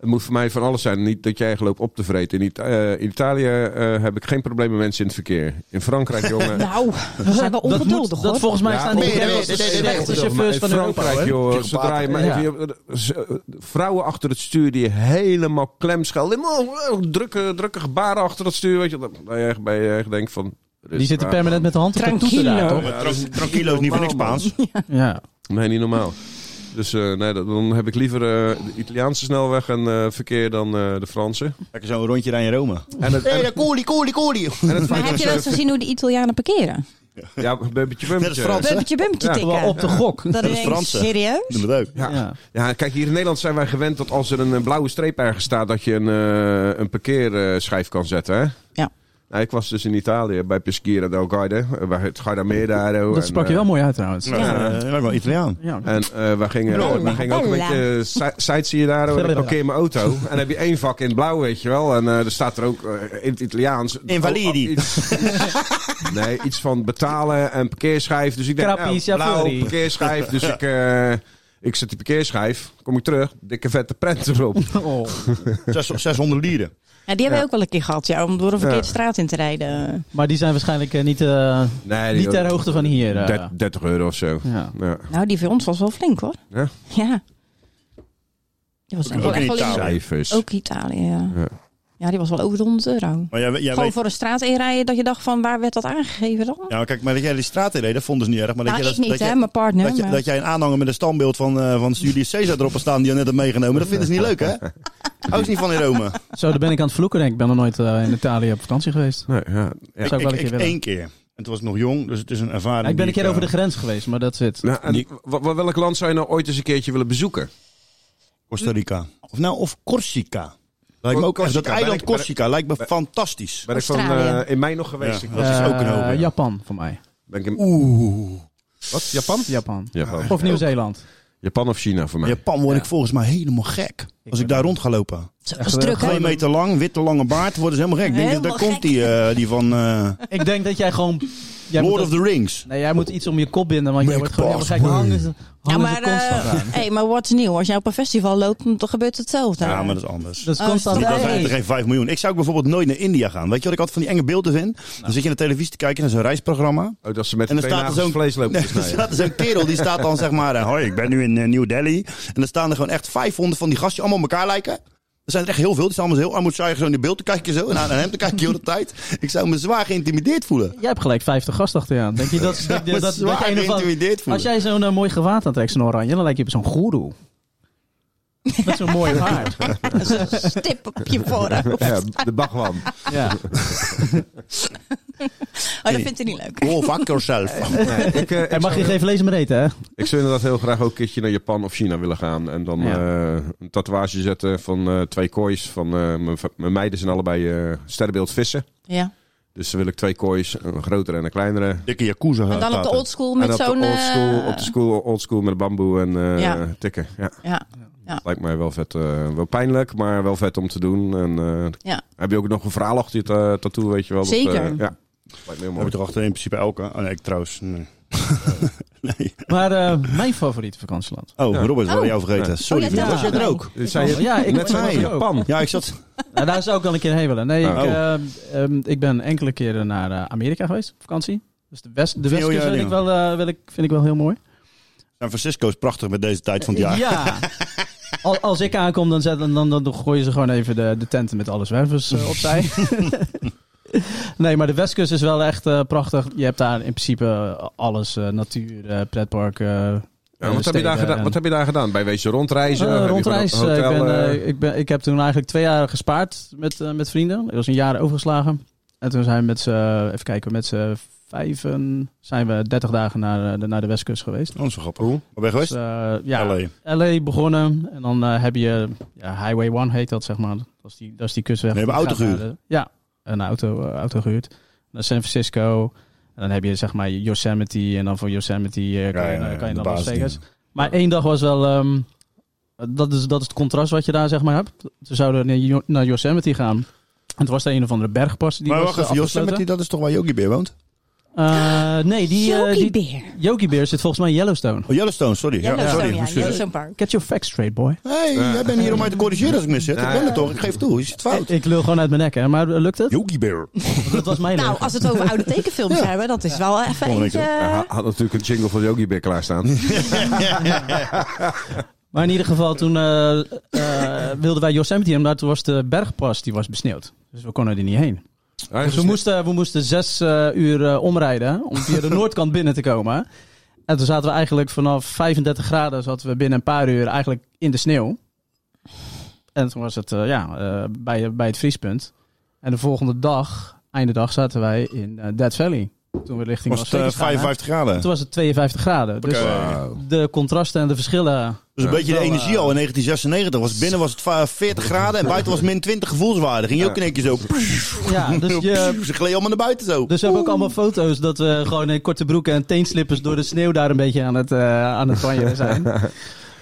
S6: Het moet voor mij van alles zijn. Niet dat jij geloopt op te vreten. In, Ita- eh, in Italië eh, heb ik geen probleem met mensen in het verkeer. In Frankrijk, jongen.
S8: Nou, we zijn wel
S3: Dat, moet,
S8: ongeduldig
S3: dat
S8: hoor.
S3: volgens mij
S6: Ja,
S3: staan die
S2: nee, nee,
S3: de
S2: nee, nee, nee, nee,
S3: slechtste
S2: nee,
S3: chauffeurs
S6: in
S3: van Europa.
S6: Frankrijk, joh.
S2: Tegen
S6: Zodra je maar
S3: Ja.
S6: even- eh, z- eh, vrouwen achter het stuur die helemaal klem schelden. Oh, oh, Drukke, drukke gebaren achter het stuur. Weet je, dat, dat je echt bij je echt denkt van...
S3: Die zitten permanent met de hand op de
S8: Tranquilo.
S3: toeter daar, toch?
S2: Maar tran- Tranquilo is niet voor niks
S6: normaal,
S2: Spaans.
S3: Ja.
S6: Nee, niet normaal. Dus eh, nee, dat- dan heb ik liever eh, de Italiaanse snelweg en eh, verkeer dan eh, de Franse.
S2: Lekker zo'n rondje rijden in Rome.
S6: En het,
S2: Hé,
S6: en het-
S2: hey, coolie, coolie, coolie.
S6: en het
S8: Maar heb je wel eens gezien hoe de Italianen parkeren?
S6: Ja, bumpetje,
S2: Net als
S6: bumpetje.
S2: Frans.
S8: Bumpetje, bumpetje
S6: Ja,
S8: tikken.
S3: Op de gok.
S8: eh, Dat
S2: Dat
S8: is
S2: is Fransen.
S8: Serieus?
S2: Doe dat ook.
S6: Ja. Ja.
S3: Ja.
S6: kijk, hier in Nederland zijn wij gewend dat als er een eh, blauwe streep ergens staat, dat je een, eh, een parkeerschijf kan zetten. Hè?
S8: Ja.
S6: Nou, ik was dus in Italië bij Peschiera del Garda, eh, bij het eh, Garda Meerdaro.
S3: Dat sprak je wel mooi uit trouwens.
S2: Nou, eh, hij lijkt wel Italiaan.
S3: Ja.
S6: En eh we gingen,
S8: Bella.
S6: we gingen ook een
S8: Bella.
S6: beetje eh, si- sightseeën daar. hoor. Ik
S3: Bella.
S6: parkeer mijn auto. En dan heb je één vak in het blauw, weet je wel. En eh, er staat er ook eh, in het Italiaans...
S2: Invalidi.
S6: Oh, oh, iets- nee, iets van betalen en parkeerschijf. Dus ik denk, nou,
S3: Krappies, ja,
S6: blauw,
S3: Flori.
S6: parkeerschijf. Dus ik, eh, ik zet die parkeerschijf. Kom ik terug. Dikke vette prent erop.
S3: Oh.
S2: Zes- 600 lieren.
S8: Ja, die hebben we ook wel een keer gehad, ja, om door een verkeerde
S6: Ja.
S8: straat in te rijden.
S3: Maar die zijn waarschijnlijk eh, niet, eh,
S6: Nee,
S3: niet ter hoogte van hier. eh.
S6: 30 euro of zo.
S3: Ja.
S6: Ja.
S8: Nou, die voor ons was wel flink hoor.
S6: Ja?
S8: Ja. Die was
S2: Ook
S8: wel
S2: in
S8: echt wel
S2: Italië.
S6: Cijfers.
S8: Ook Italië, ja.
S6: Ja.
S8: ja. die was wel over de 100 euro.
S2: Maar jij, jij
S8: Gewoon
S2: weet...
S8: voor een straat inrijden dat je dacht van waar werd dat aangegeven dan?
S2: Ja, maar kijk, maar dat jij die straat inreed, dat vonden ze niet erg. Maar
S8: nou,
S2: dat
S8: ik
S2: jij dat,
S8: niet
S2: dat
S8: hè,
S2: jij-
S8: mijn partner.
S2: Dat, je,
S8: maar-
S2: dat jij een aanhanger met een standbeeld van, eh, van Julius Caesar erop had staan die je net hebt meegenomen, dat vinden ze niet leuk, hè? Hou ze niet van in Rome.
S3: Zo, daar ben ik aan het vloeken. denk Ik Ik ben nog nooit eh, in Italië op vakantie geweest.
S6: Nee, ja. Ja.
S3: Dat zou ik wel een
S2: ik,
S3: keer
S2: ik
S3: willen.
S2: één keer. En toen was ik nog jong, dus het is een ervaring.
S3: Ja, ik ben een
S2: die
S3: keer over de
S2: eh,
S3: grens geweest, maar dat zit.
S6: Nou, en wa- wa- welk land zou je nou ooit eens een keertje willen bezoeken?
S2: Costa Rica. Of nou, of Corsica. Lijkt me ook echt. Dat
S6: Corsica,
S2: eiland
S6: ben ik-
S2: Corsica lijkt me fantastisch.
S6: Ben ik van
S8: Australië.
S6: eh, in mei nog geweest.
S2: Ja.
S6: Ik
S2: Dat is ook een
S3: Eh,
S2: hoop, ja.
S3: Japan voor mij.
S6: Ben ik in
S2: Oeh.
S6: Wat? Japan?
S3: Japan.
S6: Japan.
S3: Of Nieuw-Zeeland.
S6: Japan of China voor mij.
S2: Japan word ik volgens mij helemaal gek. Als ik daar rond ga lopen.
S8: Zo,
S3: Echt
S8: was druk hè?
S2: Twee meter lang, witte lange baard, worden ze helemaal gek. Ik Denk,
S8: Helemaal
S2: daar komt
S8: gek.
S2: die, eh, die van eh,
S3: Ik denk dat jij gewoon. Jij moet,
S2: Lord of the Rings.
S3: nee, jij moet iets om je kop binden, want je
S2: Make
S3: wordt gewoon
S2: boss
S3: helemaal gek. Dan Hangen ze,
S8: Ja,
S3: hangen ze
S8: maar,
S3: constant
S8: eh,
S3: aan.
S8: hey, maar wat nieuw? Als jij op een festival loopt, dan gebeurt hetzelfde.
S2: Ja, maar dat is anders.
S3: Dat is
S8: Oh,
S3: constant.
S8: is
S2: Dan
S8: dat-
S3: Hey.
S2: zijn het er geen 5 miljoen. Ik zou ook bijvoorbeeld nooit naar India gaan. Weet je wat ik altijd van die enge beelden vind? Dan zit je naar de televisie te kijken naar zo'n reisprogramma.
S6: Oh, dat ze met
S2: En dan
S6: twee
S2: staat er
S6: nagels
S2: zo'n-
S6: vlees lopen te
S2: Nee, er
S6: snijden.
S2: staat zo'n kerel die staat dan zeg maar, eh, hoi, ik ben nu in eh, New Delhi. En dan staan er gewoon echt 500 van die gasten die allemaal op elkaar lijken. Er zijn er echt heel veel. Die zijn allemaal zo heel armoedzaaier zo in de beeld te kijken zo. En aan aan hem te kijken heel de tijd. Ik zou me zwaar geïntimideerd voelen.
S3: Jij hebt gelijk 50 gast achter je aan. Denk je dat, dat,
S2: me
S3: dat, dat,
S2: zwaar
S3: je een of andere-
S2: geïntimideerd voelen.
S3: Als jij zo'n eh, mooi gewaad aantrekt, zo'n oranje, dan lijkt je op zo'n goeroe. Met zo'n mooie baard.
S8: Stip op je voorhoofd.
S6: Ja, de bagwan.
S3: Ja.
S8: Oh, dat vindt hij niet leuk.
S2: Go fuck yourself.
S6: Nee, ik, eh,
S3: En
S6: ik,
S3: mag
S6: zou,
S3: je geen vlees meer eten, hè?
S6: ik zou inderdaad heel graag ook een keertje naar Japan of China willen gaan. En dan eh, een tatoeage zetten van eh, twee koois. Van, eh, mijn v- mijn meiden zijn allebei eh sterrenbeeld vissen.
S8: Ja.
S6: Dus dan wil ik twee koois, een grotere en een kleinere.
S2: Dikke jacuzza.
S8: En dan op de oldschool
S6: en
S8: met
S6: op de
S8: zo'n... eh,
S6: oldschool, op de school, oldschool met bamboe en eh,
S8: Ja.
S6: tikken. Ja.
S8: Ja.
S6: Lijkt mij wel vet. eh, wel pijnlijk, maar wel vet om te doen. En eh,
S8: Ja.
S6: heb je ook nog een verhaal achter je ta- tattoo, weet je wel. eh,
S8: Zeker.
S6: ja. Lijkt me heel
S2: Heb
S6: mooi.
S2: ik toch achter in principe elke. Oh nee, ik trouwens. nee. nee.
S3: Maar eh, mijn favoriete vakantieland.
S2: Oh,
S6: Ja.
S2: Robert, we
S8: Oh.
S2: hadden jou vergeten.
S6: Ja.
S2: Sorry,
S8: Oh, ja,
S2: vriend.
S3: dat
S2: was jij
S8: was
S2: er
S8: mij.
S2: ook?
S6: Dus zei je-
S3: Ja, ik was
S6: net zei je
S3: er ook.
S6: Japan.
S2: Ja, ik zat.
S3: Nou, daar zou ik wel een keer heen willen. Nee, ik,
S2: Oh.
S3: eh, ehm, ik ben enkele keren naar eh, Amerika geweest op vakantie. Dus de, west, de
S2: Vind je
S3: westkust
S2: wel,
S3: vind ik
S2: ja.
S3: wel, eh, wil ik, vind ik wel heel mooi.
S2: San Francisco is prachtig met deze tijd van het jaar.
S3: Ja. Al- Als ik aankom, dan, zet, dan, dan, dan gooien ze gewoon even de, de tenten met alle zwervers eh, opzij. nee, maar de Westkust is wel echt eh, prachtig. Je hebt daar in principe alles. eh, natuur, eh, pretparken,
S6: Ja, wat, heb je daar gedaan, wat heb je daar gedaan? Bij wezen rondreizen? Heb je
S3: Eh,
S6: gewoon
S3: rondreis.
S6: een
S3: eh, ik,
S6: hotel,
S3: ben,
S6: eh,
S3: eh, ik, ben, ik heb toen eigenlijk twee jaar gespaard met, eh, met vrienden. Er was een jaar overgeslagen. En toen zijn we met z'n, even kijken, met z'n vijven zijn we 30 dagen naar, eh, de, naar de Westkust geweest.
S2: Oh, zo grappig. Waar ben je geweest?
S3: Dus, eh, ja,
S2: LA.
S3: LA begonnen. En dan eh, heb je ja, Highway 1 heet dat, zeg maar. Dat is die, dat is die kustweg.
S2: Nee, we hebben
S3: Die gaat
S2: auto
S3: naar de- Ja, een auto, eh, auto gehuurd. Naar San Francisco. En dan heb je zeg maar Yosemite. En dan van Yosemite eh, kan,
S2: Ja,
S3: je,
S2: ja,
S3: naar-
S2: ja,
S3: kan je
S2: de
S3: naar Las
S2: basisdingen.
S3: Vegas. Maar één dag was wel... ehm, dat, is, dat is het contrast wat je daar zeg maar hebt. Ze zouden naar, Yo- naar Yosemite gaan. En het was de een of andere bergpas. Die
S2: maar
S3: was,
S2: wacht
S3: eh,
S2: even,
S3: afgesloten.
S2: Yosemite, dat is toch waar Yogi Bear woont?
S3: Eh, nee, die... eh, die
S8: Yogi Bear.
S3: Yogi Bear zit volgens mij in Yellowstone.
S2: Oh, Yellowstone, sorry. ja,
S8: Yellowstone,
S2: sorry.
S8: ja.
S2: excuses.
S8: Yellowstone Park.
S3: Get your facts straight, boy.
S2: hey, jij bent hier om mij te corrigeren als ik mis zit. Ik ben het toch, ik geef toe. Is het fout?
S3: Ik, ik lul gewoon uit mijn nek, hè. Maar eh, lukt het?
S2: Yogi Bear.
S3: Dat was mijn
S8: Nou,
S3: leugen.
S8: als we het over oude tekenfilms hebben, dat is wel even
S2: Volgende
S8: eentje... eh,
S2: keer.
S6: hij had- had natuurlijk een jingle van Yogi Bear klaarstaan.
S3: Maar in ieder geval, toen eh, eh, wilden wij Yosemite in, maar toen was de bergpas die was besneeuwd. Dus we konden er niet heen.
S6: Hij
S3: Dus
S6: is-
S3: we moesten, we moesten zes eh, uur eh, omrijden om via de noordkant binnen te komen. En toen zaten we eigenlijk vanaf 35 graden, zaten we binnen een paar uur eigenlijk in de sneeuw. En toen was het eh, ja, eh, bij, bij het vriespunt. En de volgende dag, einde dag, zaten wij in eh, Dead Valley. Toen we richting
S2: Was
S3: Las Vegas
S2: het eh,
S3: gaan, hè.
S2: 55 graden?
S3: Toen was het 52 graden. Dus
S2: Wauw.
S3: de contrasten en de verschillen
S2: Dus een beetje de
S3: Wel, eh,
S2: energie al in 1996. Was binnen was het va- 40 graden en buiten was min 20 gevoelswaarde. Ging je ook in één keer zo...
S3: Ja, dus, je,
S2: Ze gleden allemaal naar buiten zo.
S3: dus we hebben ook allemaal foto's dat we gewoon in korte broeken en teenslippers door de sneeuw daar een beetje aan het, eh aan het banjeren zijn.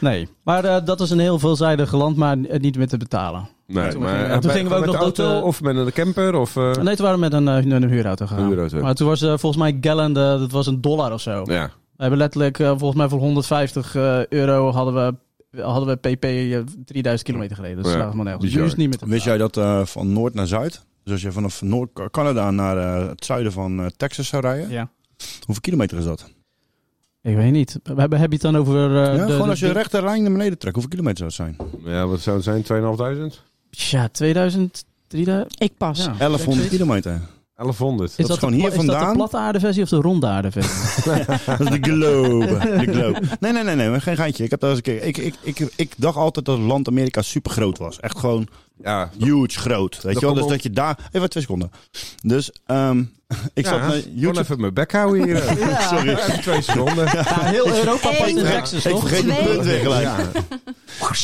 S3: Nee, maar eh, dat was een heel veelzijdig land, maar eh, niet meer te betalen.
S6: Nee,
S3: toen we
S6: maar
S3: gingen-
S6: eh,
S3: toen
S6: bij-
S3: gingen we ook
S6: met de
S3: nog dat,
S6: auto
S3: eh,
S6: of met een camper of... eh,
S3: Nee, toen waren we met een, eh, een huurauto gegaan.
S6: Een huurauto.
S3: Maar toen was eh, volgens mij gallon, eh, dat was een dollar of zo.
S6: Ja,
S3: We hebben letterlijk, eh, volgens mij voor 150 eh, euro hadden we, hadden we pp eh, 3000 kilometer gereden. Dus
S6: Ja,
S3: dat slaat helemaal nergens. op.
S6: bizar.
S3: Nu is het niet meer te
S2: Wist jij dat eh, van noord naar zuid? Dus als je vanaf Noord-Canada naar eh, het zuiden van eh, Texas zou rijden,
S3: betalen. Ja.
S2: hoeveel kilometer is dat?
S3: Ik weet niet. We hebben, heb je het dan over... eh,
S2: ja,
S3: de-
S2: gewoon
S3: de-
S2: als je
S3: de-
S2: rechte lijn naar beneden trekt, hoeveel kilometer zou het zijn?
S6: ja wat zou het zijn? 2.500?
S3: Ja, 2000, 3000...
S8: Ik pas.
S3: Ja.
S2: 1100 kilometer.
S6: 1100.
S2: Dat is gewoon
S3: de,
S2: hier
S3: pla- is dat
S2: vandaan?
S3: de platte aardeversie of de ronde aardeversie?
S2: Dat is de globe. De globe. Nee, nee, nee, nee, maar geen geintje. Ik, heb daar eens een keer, ik, ik, ik, ik dacht altijd dat het land Amerika super groot was. Echt gewoon
S6: Ja,
S2: huge groot. Weet je wel?
S6: komt
S2: Dus
S6: om-
S2: dat je daar. Even twee seconden. Dus ehm, ik zat naar
S6: Gewoon
S2: YouTube.
S6: even mijn bek houden hier. eh.
S2: Sorry.
S6: Even twee seconden.
S3: ja, heel Europa
S8: past in
S2: Ik vergeet mijn punt weer gelijk.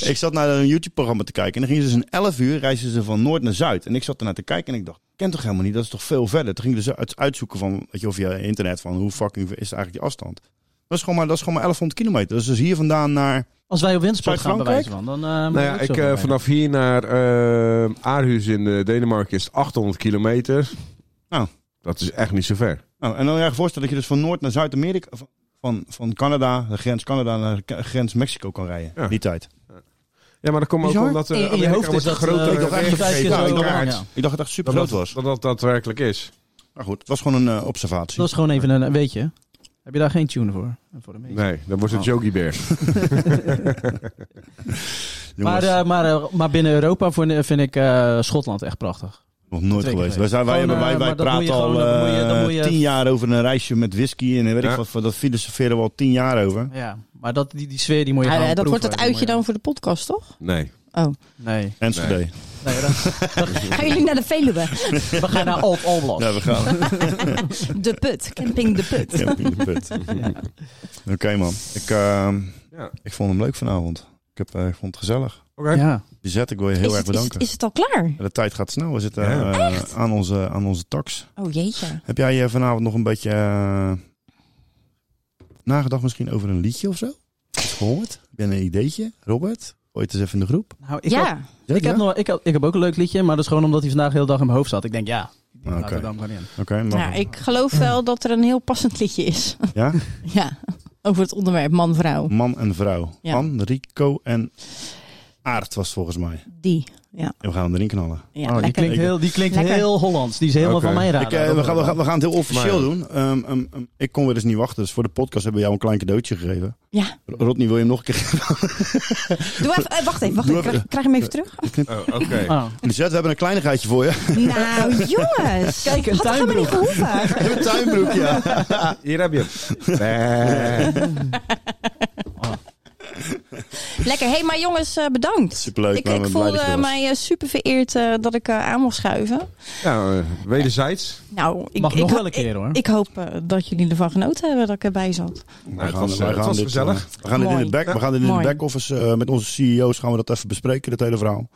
S2: Ik zat naar een YouTube-programma te kijken. En dan gingen ze dus in 11 uur reisden ze van noord naar zuid. En ik zat ernaar te kijken en ik dacht, kent toch helemaal niet? Dat is toch veel verder? Toen ging ik dus uit- uitzoeken van, weet je, of via internet, van hoe fucking is eigenlijk die afstand? Dat is, gewoon maar, dat is gewoon maar 1100 kilometer. Dat is dus hier vandaan naar...
S3: Als wij op windsport gaan
S2: Zuid-Frankrijk?
S3: bewijzen van, dan... eh, moet
S6: Nou
S3: ook
S6: ja, ik,
S3: zo
S6: eh,
S3: gaan
S6: vanaf hier naar eh Aarhus in eh, Denemarken is het 800 kilometer.
S2: Oh.
S6: Dat is echt niet zo ver.
S2: Nou, en dan je je voorstellen dat je dus van Noord naar Zuid-Amerika, van- van, van Canada, de grens Canada naar de k- grens Mexico kan rijden.
S6: Ja.
S2: Die tijd.
S6: Ja, maar dat komt ook
S2: Bizar.
S6: omdat... eh,
S3: In- in je
S6: Amerika
S3: hoofd is
S6: wordt
S3: dat,
S6: groter
S3: eh,
S2: ik dacht
S6: dan
S2: echt,
S3: vijf keer
S2: ja,
S3: zo
S2: ik, dacht,
S3: lang,
S2: echt-
S3: ja.
S2: ik dacht dat het super groot
S6: dat, dat,
S2: was.
S6: dat dat daadwerkelijk is.
S2: Maar goed, het was gewoon een eh,
S3: rijden.
S2: observatie.
S3: Dat is gewoon even een... Weet je, heb je daar geen tune voor? voor de meeste.
S6: Nee, dan wordt het
S3: Oh.
S6: Yogi Bear.
S3: maar,
S2: Jongens,
S3: eh, maar, eh, maar binnen Europa vind, vind ik eh, Schotland echt prachtig.
S2: nog nooit
S3: zeker
S2: geweest.
S3: weten.
S2: Wij, zijn, wij,
S3: Gewoon,
S2: hebben- wij,
S3: eh,
S2: wij
S3: maar dat moet
S2: praten
S3: je
S2: al
S3: gewoon- dat moet je- dat
S2: eh,
S3: moet je-
S2: tien jaar over een reisje met whisky en weet
S6: Ja.
S2: ik wat. voor- Dat filosoferen we al tien jaar over.
S3: Ja, maar dat, die, die sfeer die moet je
S8: Ah,
S3: gaan
S8: eh, dat wordt het
S3: proeven.
S8: uitje
S3: Die
S8: dan
S3: moet
S8: voor de podcast, toch?
S6: Nee.
S3: je- Nee.
S2: Enschede.
S3: nee dat-
S8: Gaan jullie naar de Veluwe?
S3: we gaan naar Old Alblas.
S2: Ja, we gaan.
S8: De Put. Camping De Put.
S2: Ja, in de put. Oké man, ik, ehm,
S6: Ja.
S2: ik vond hem leuk vanavond. Ik, heb, eh, ik vond het gezellig.
S6: Oké.
S3: Ja.
S2: Bizet, ik wil je
S8: is,
S2: heel erg
S8: het, is,
S2: bedanken.
S8: het, is het al klaar?
S2: Ja, De tijd gaat snel. We zitten
S6: Ja.
S2: eh, aan, onze, aan onze tax.
S8: Oh jeetje.
S2: Heb jij eh, vanavond nog een beetje eh, nagedacht misschien over een liedje of zo? Iets gehoord? Heb jij een ideetje, Robert? Gooi het eens even in de groep.
S3: Nou, ik,
S8: ja.
S3: had- ik, heb nog, ik, had- ik heb ook een leuk liedje, maar dat is gewoon omdat hij vandaag heel dag in mijn hoofd zat. Ik denk, ja, die
S2: Oké.
S3: laten we dan maar in.
S2: Oké, mag
S8: Nou,
S2: het.
S8: ik geloof wel dat er een heel passend liedje is.
S2: Ja?
S8: Ja, over het onderwerp man-vrouw.
S2: Man en vrouw.
S8: Ja.
S2: Man, Rico en Aard was het volgens mij.
S8: Die. Ja,
S2: En we gaan hem erin knallen.
S8: ja
S3: Oh, die
S8: lekker.
S3: klinkt, heel, die klinkt
S8: Lekker.
S3: heel Hollands. Die is helemaal
S6: Oké.
S3: van mijn raad.
S2: Ik, eh, we, gaan, we, gaan, we gaan het heel officieel
S6: Maar-
S2: doen. Ehm, ehm, ehm, ik kon weer dus niet wachten. Dus voor de podcast hebben we jou een klein cadeautje gegeven.
S8: Ja.
S2: R- Rodney, wil je hem nog een keer geven?
S8: Doe even, eh, wacht even, wacht
S2: Doe
S8: even. Krijg,
S2: even-
S8: krijg je hem even terug?
S6: Oh, Oké.
S3: Ah.
S2: Lisette, we hebben een kleinigheidje voor je.
S8: Nou, jongens.
S3: Kijk, een
S8: Had ik helemaal niet gehoeven.
S2: Een tuinbroek, ja.
S6: Hier heb je hem. Nee.
S3: Oh.
S8: Lekker. hey, maar jongens, eh, bedankt.
S2: Superleuk,
S8: Ik,
S2: maar
S8: ik
S2: we blij dat je
S8: voelde
S2: er was.
S8: mij eh, super vereerd eh, dat ik eh, aan mocht schuiven.
S6: Ja, eh, wederzijds.
S8: Nou, ik,
S3: Mag
S8: ik,
S3: nog
S8: ho-
S3: wel een keer hoor.
S8: Ik, ik hoop eh, dat jullie ervan genoten hebben dat ik erbij zat.
S6: Nou,
S2: Wij
S6: het
S2: gaan- wij
S6: was, eh, het
S2: gaan
S6: was
S2: dit,
S6: gezellig.
S2: eh, we gaan dit in
S8: Mooi.
S2: de back, we gaan dit in
S8: Mooi.
S2: de back office eh, met onze CEO's gaan we dat even bespreken, dat hele verhaal.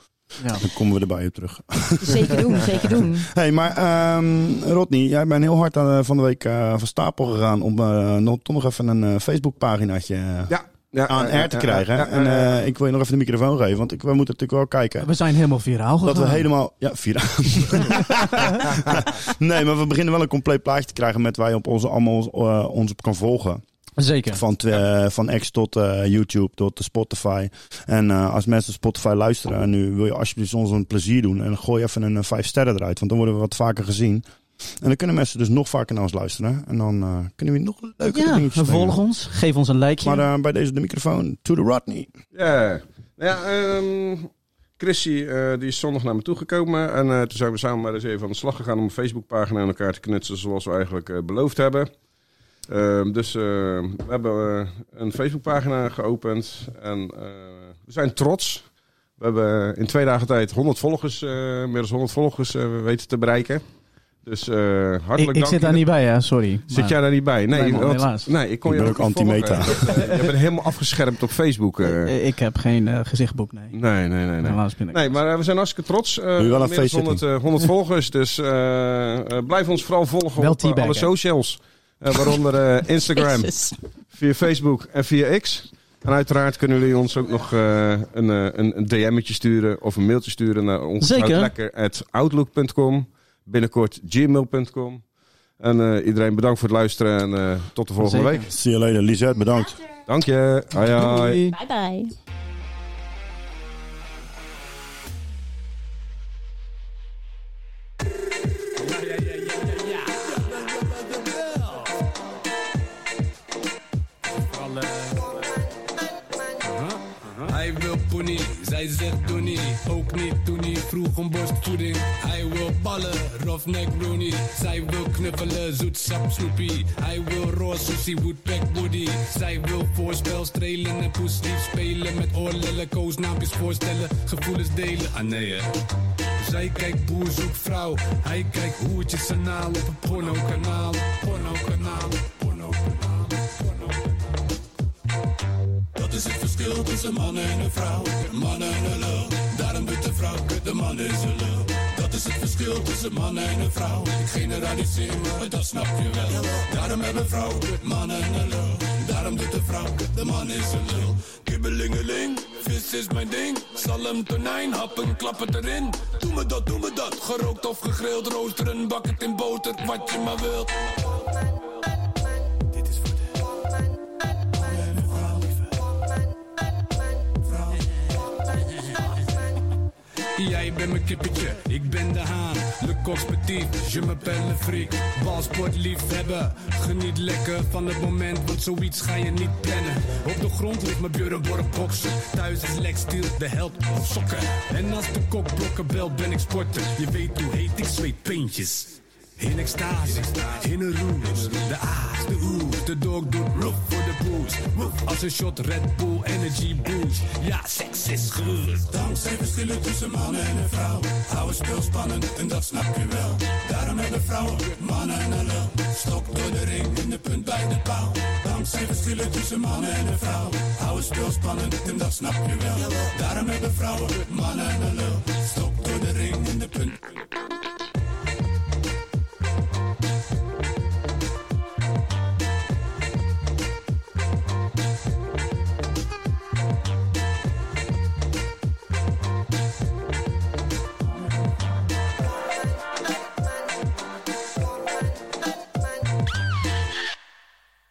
S3: Ja.
S2: Dan komen we erbij op terug.
S8: Zeker doen, zeker doen.
S2: Hey, maar ehm, Rodney, jij bent heel hard aan, eh, van de week eh, van stapel gegaan om eh, nog- toch nog even een eh, Facebookpaginaatje eh,
S6: Ja. ja
S2: aan
S6: eh,
S2: air te
S6: eh,
S2: krijgen.
S6: eh, eh,
S2: en
S6: eh,
S2: eh, ik wil je nog even de microfoon geven, want ik, we moeten natuurlijk wel kijken.
S3: We zijn helemaal viraal gegaan.
S2: Dat we helemaal. Ja, vier. nee, maar we beginnen wel een compleet plaatje te krijgen met waar je op onze, allemaal eh, ons op kan volgen.
S3: Zeker.
S2: Van, tw- eh, van X tot eh, YouTube, tot de Spotify. En eh, als mensen Spotify luisteren en nu wil je alsjeblieft ons een plezier doen. En gooi even een 5 sterren eruit, want dan worden we wat vaker gezien. En dan kunnen mensen dus nog vaker naar ons luisteren. En dan eh, kunnen we nog leuke
S3: Ja,
S2: dingetjes doen.
S3: volg ons. Geef ons een likeje.
S2: Maar eh, bij deze de microfoon, to the Rodney.
S6: Ja. Nou ja, ehm Chrissy eh, die is zondag naar me toegekomen. En eh, toen zijn we samen maar eens even aan de slag gegaan om een Facebookpagina aan elkaar te knutselen zoals we eigenlijk eh, beloofd hebben. Ehm, dus eh, we hebben eh, een Facebookpagina geopend en eh, we zijn trots. We hebben in twee dagen tijd 100 volgers, eh meer dan 100 volgers eh, weten te bereiken. Dus eh, hartelijk
S3: ik,
S6: dank.
S3: ik zit daar
S6: ieder-
S3: niet bij, hè? sorry.
S6: Zit jij daar niet bij? Nee,
S3: Nee, man,
S6: want-
S3: helaas.
S6: Nee, ik kon
S2: Ik
S6: je
S2: ben
S6: ook
S2: ook
S6: niet volgen. Je bent helemaal afgeschermd op Facebook. eh.
S3: Maar, eh, ik heb geen eh, gezichtboek, nee.
S6: Nee, nee, nee. nee.
S3: Helaas ben ik.
S6: Nee, maar eh, we zijn hartstikke trots. Eh,
S2: Doe je wel een
S6: meer dan
S2: feestzitting.
S6: 100, eh, 100 volgers, dus eh, eh, blijf ons vooral volgen
S3: Wel
S6: op eh, alle
S3: teabaggen.
S6: socials. Eh, waaronder eh, Instagram,
S8: Jezus.
S6: via Facebook en via X. En uiteraard kunnen jullie ons ook nog eh, een, eh, een, een DM'tje sturen of een mailtje sturen naar ons
S3: Zeker.
S6: lekker@outlook.com, binnenkort gmail.com. En eh, iedereen bedankt voor het luisteren en eh, tot de volgende
S3: Zeker.
S6: week.
S2: See you later, Lisette, bedankt.
S6: Dank je. Hoi, hoi.
S3: Doei.
S8: Bye bye.
S10: Hij wil pony, zij zegt Tony. Ook niet toen hij vroeg om borstvoeding. Hij wil ballen, roughneck Rooney. Zij wil knuffelen, zoet sap snoepie. Hij wil raw sushi, woodpeck woody. Zij wil voorspel strelen en poeslief spelen. Met oorlellen, koosnaampjes voorstellen, gevoelens delen. Ah nee hè. Zij kijkt boer zoekt vrouw. Hij kijkt hoertjes en naal op een porno kanaal. Porno kanaal, porno kanaal, porno kanaal. Dat is het verschil tussen man en een vrouw. Een man en een lul, daarom wordt de vrouw. De man is een lul. Dat is het verschil tussen man en een vrouw. Ik generaliseer, maar dat snap je wel. Daarom hebben vrouwen man en een lul. Daarom doet de vrouw, de man is een lul. Kibbelingeling, vis is mijn ding. Salm, tonijn, happen, klap het erin. Doe me dat, doe me dat. Gerookt of gegrild, roosteren, bak het in boter, wat je maar wilt. Dit is voor de en een vrouw, lieve. Jij bent mijn kippetje, ik ben de haan. Le coq petit, je m'appelle le freak. Balsport liefhebben, geniet lekker van het moment, want zoiets ga je niet plannen. Op de grond ligt mijn Björnborg boksen. Thuis is Lex Steel, de held of sokken. En als de kok blokken belt, ben ik sporter. Je weet hoe heet ik zweet pintjes. In extase, in een roes. De aas, de oes, de dog doet roef voor de boes. Woef als een shot Red Bull Energy Boost. Ja, seks is goed. Dankzij verschillen tussen man en een vrouw. Hou het speel spannend en dat snap je wel. Daarom hebben vrouwen mannen en een lul. Stok door de ring in de punt bij de paal. Dankzij verschillen tussen man en een vrouw. Hou het speel spannend en dat snap je wel. Daarom hebben vrouwen mannen en een lul. Stok door de ring in de punt.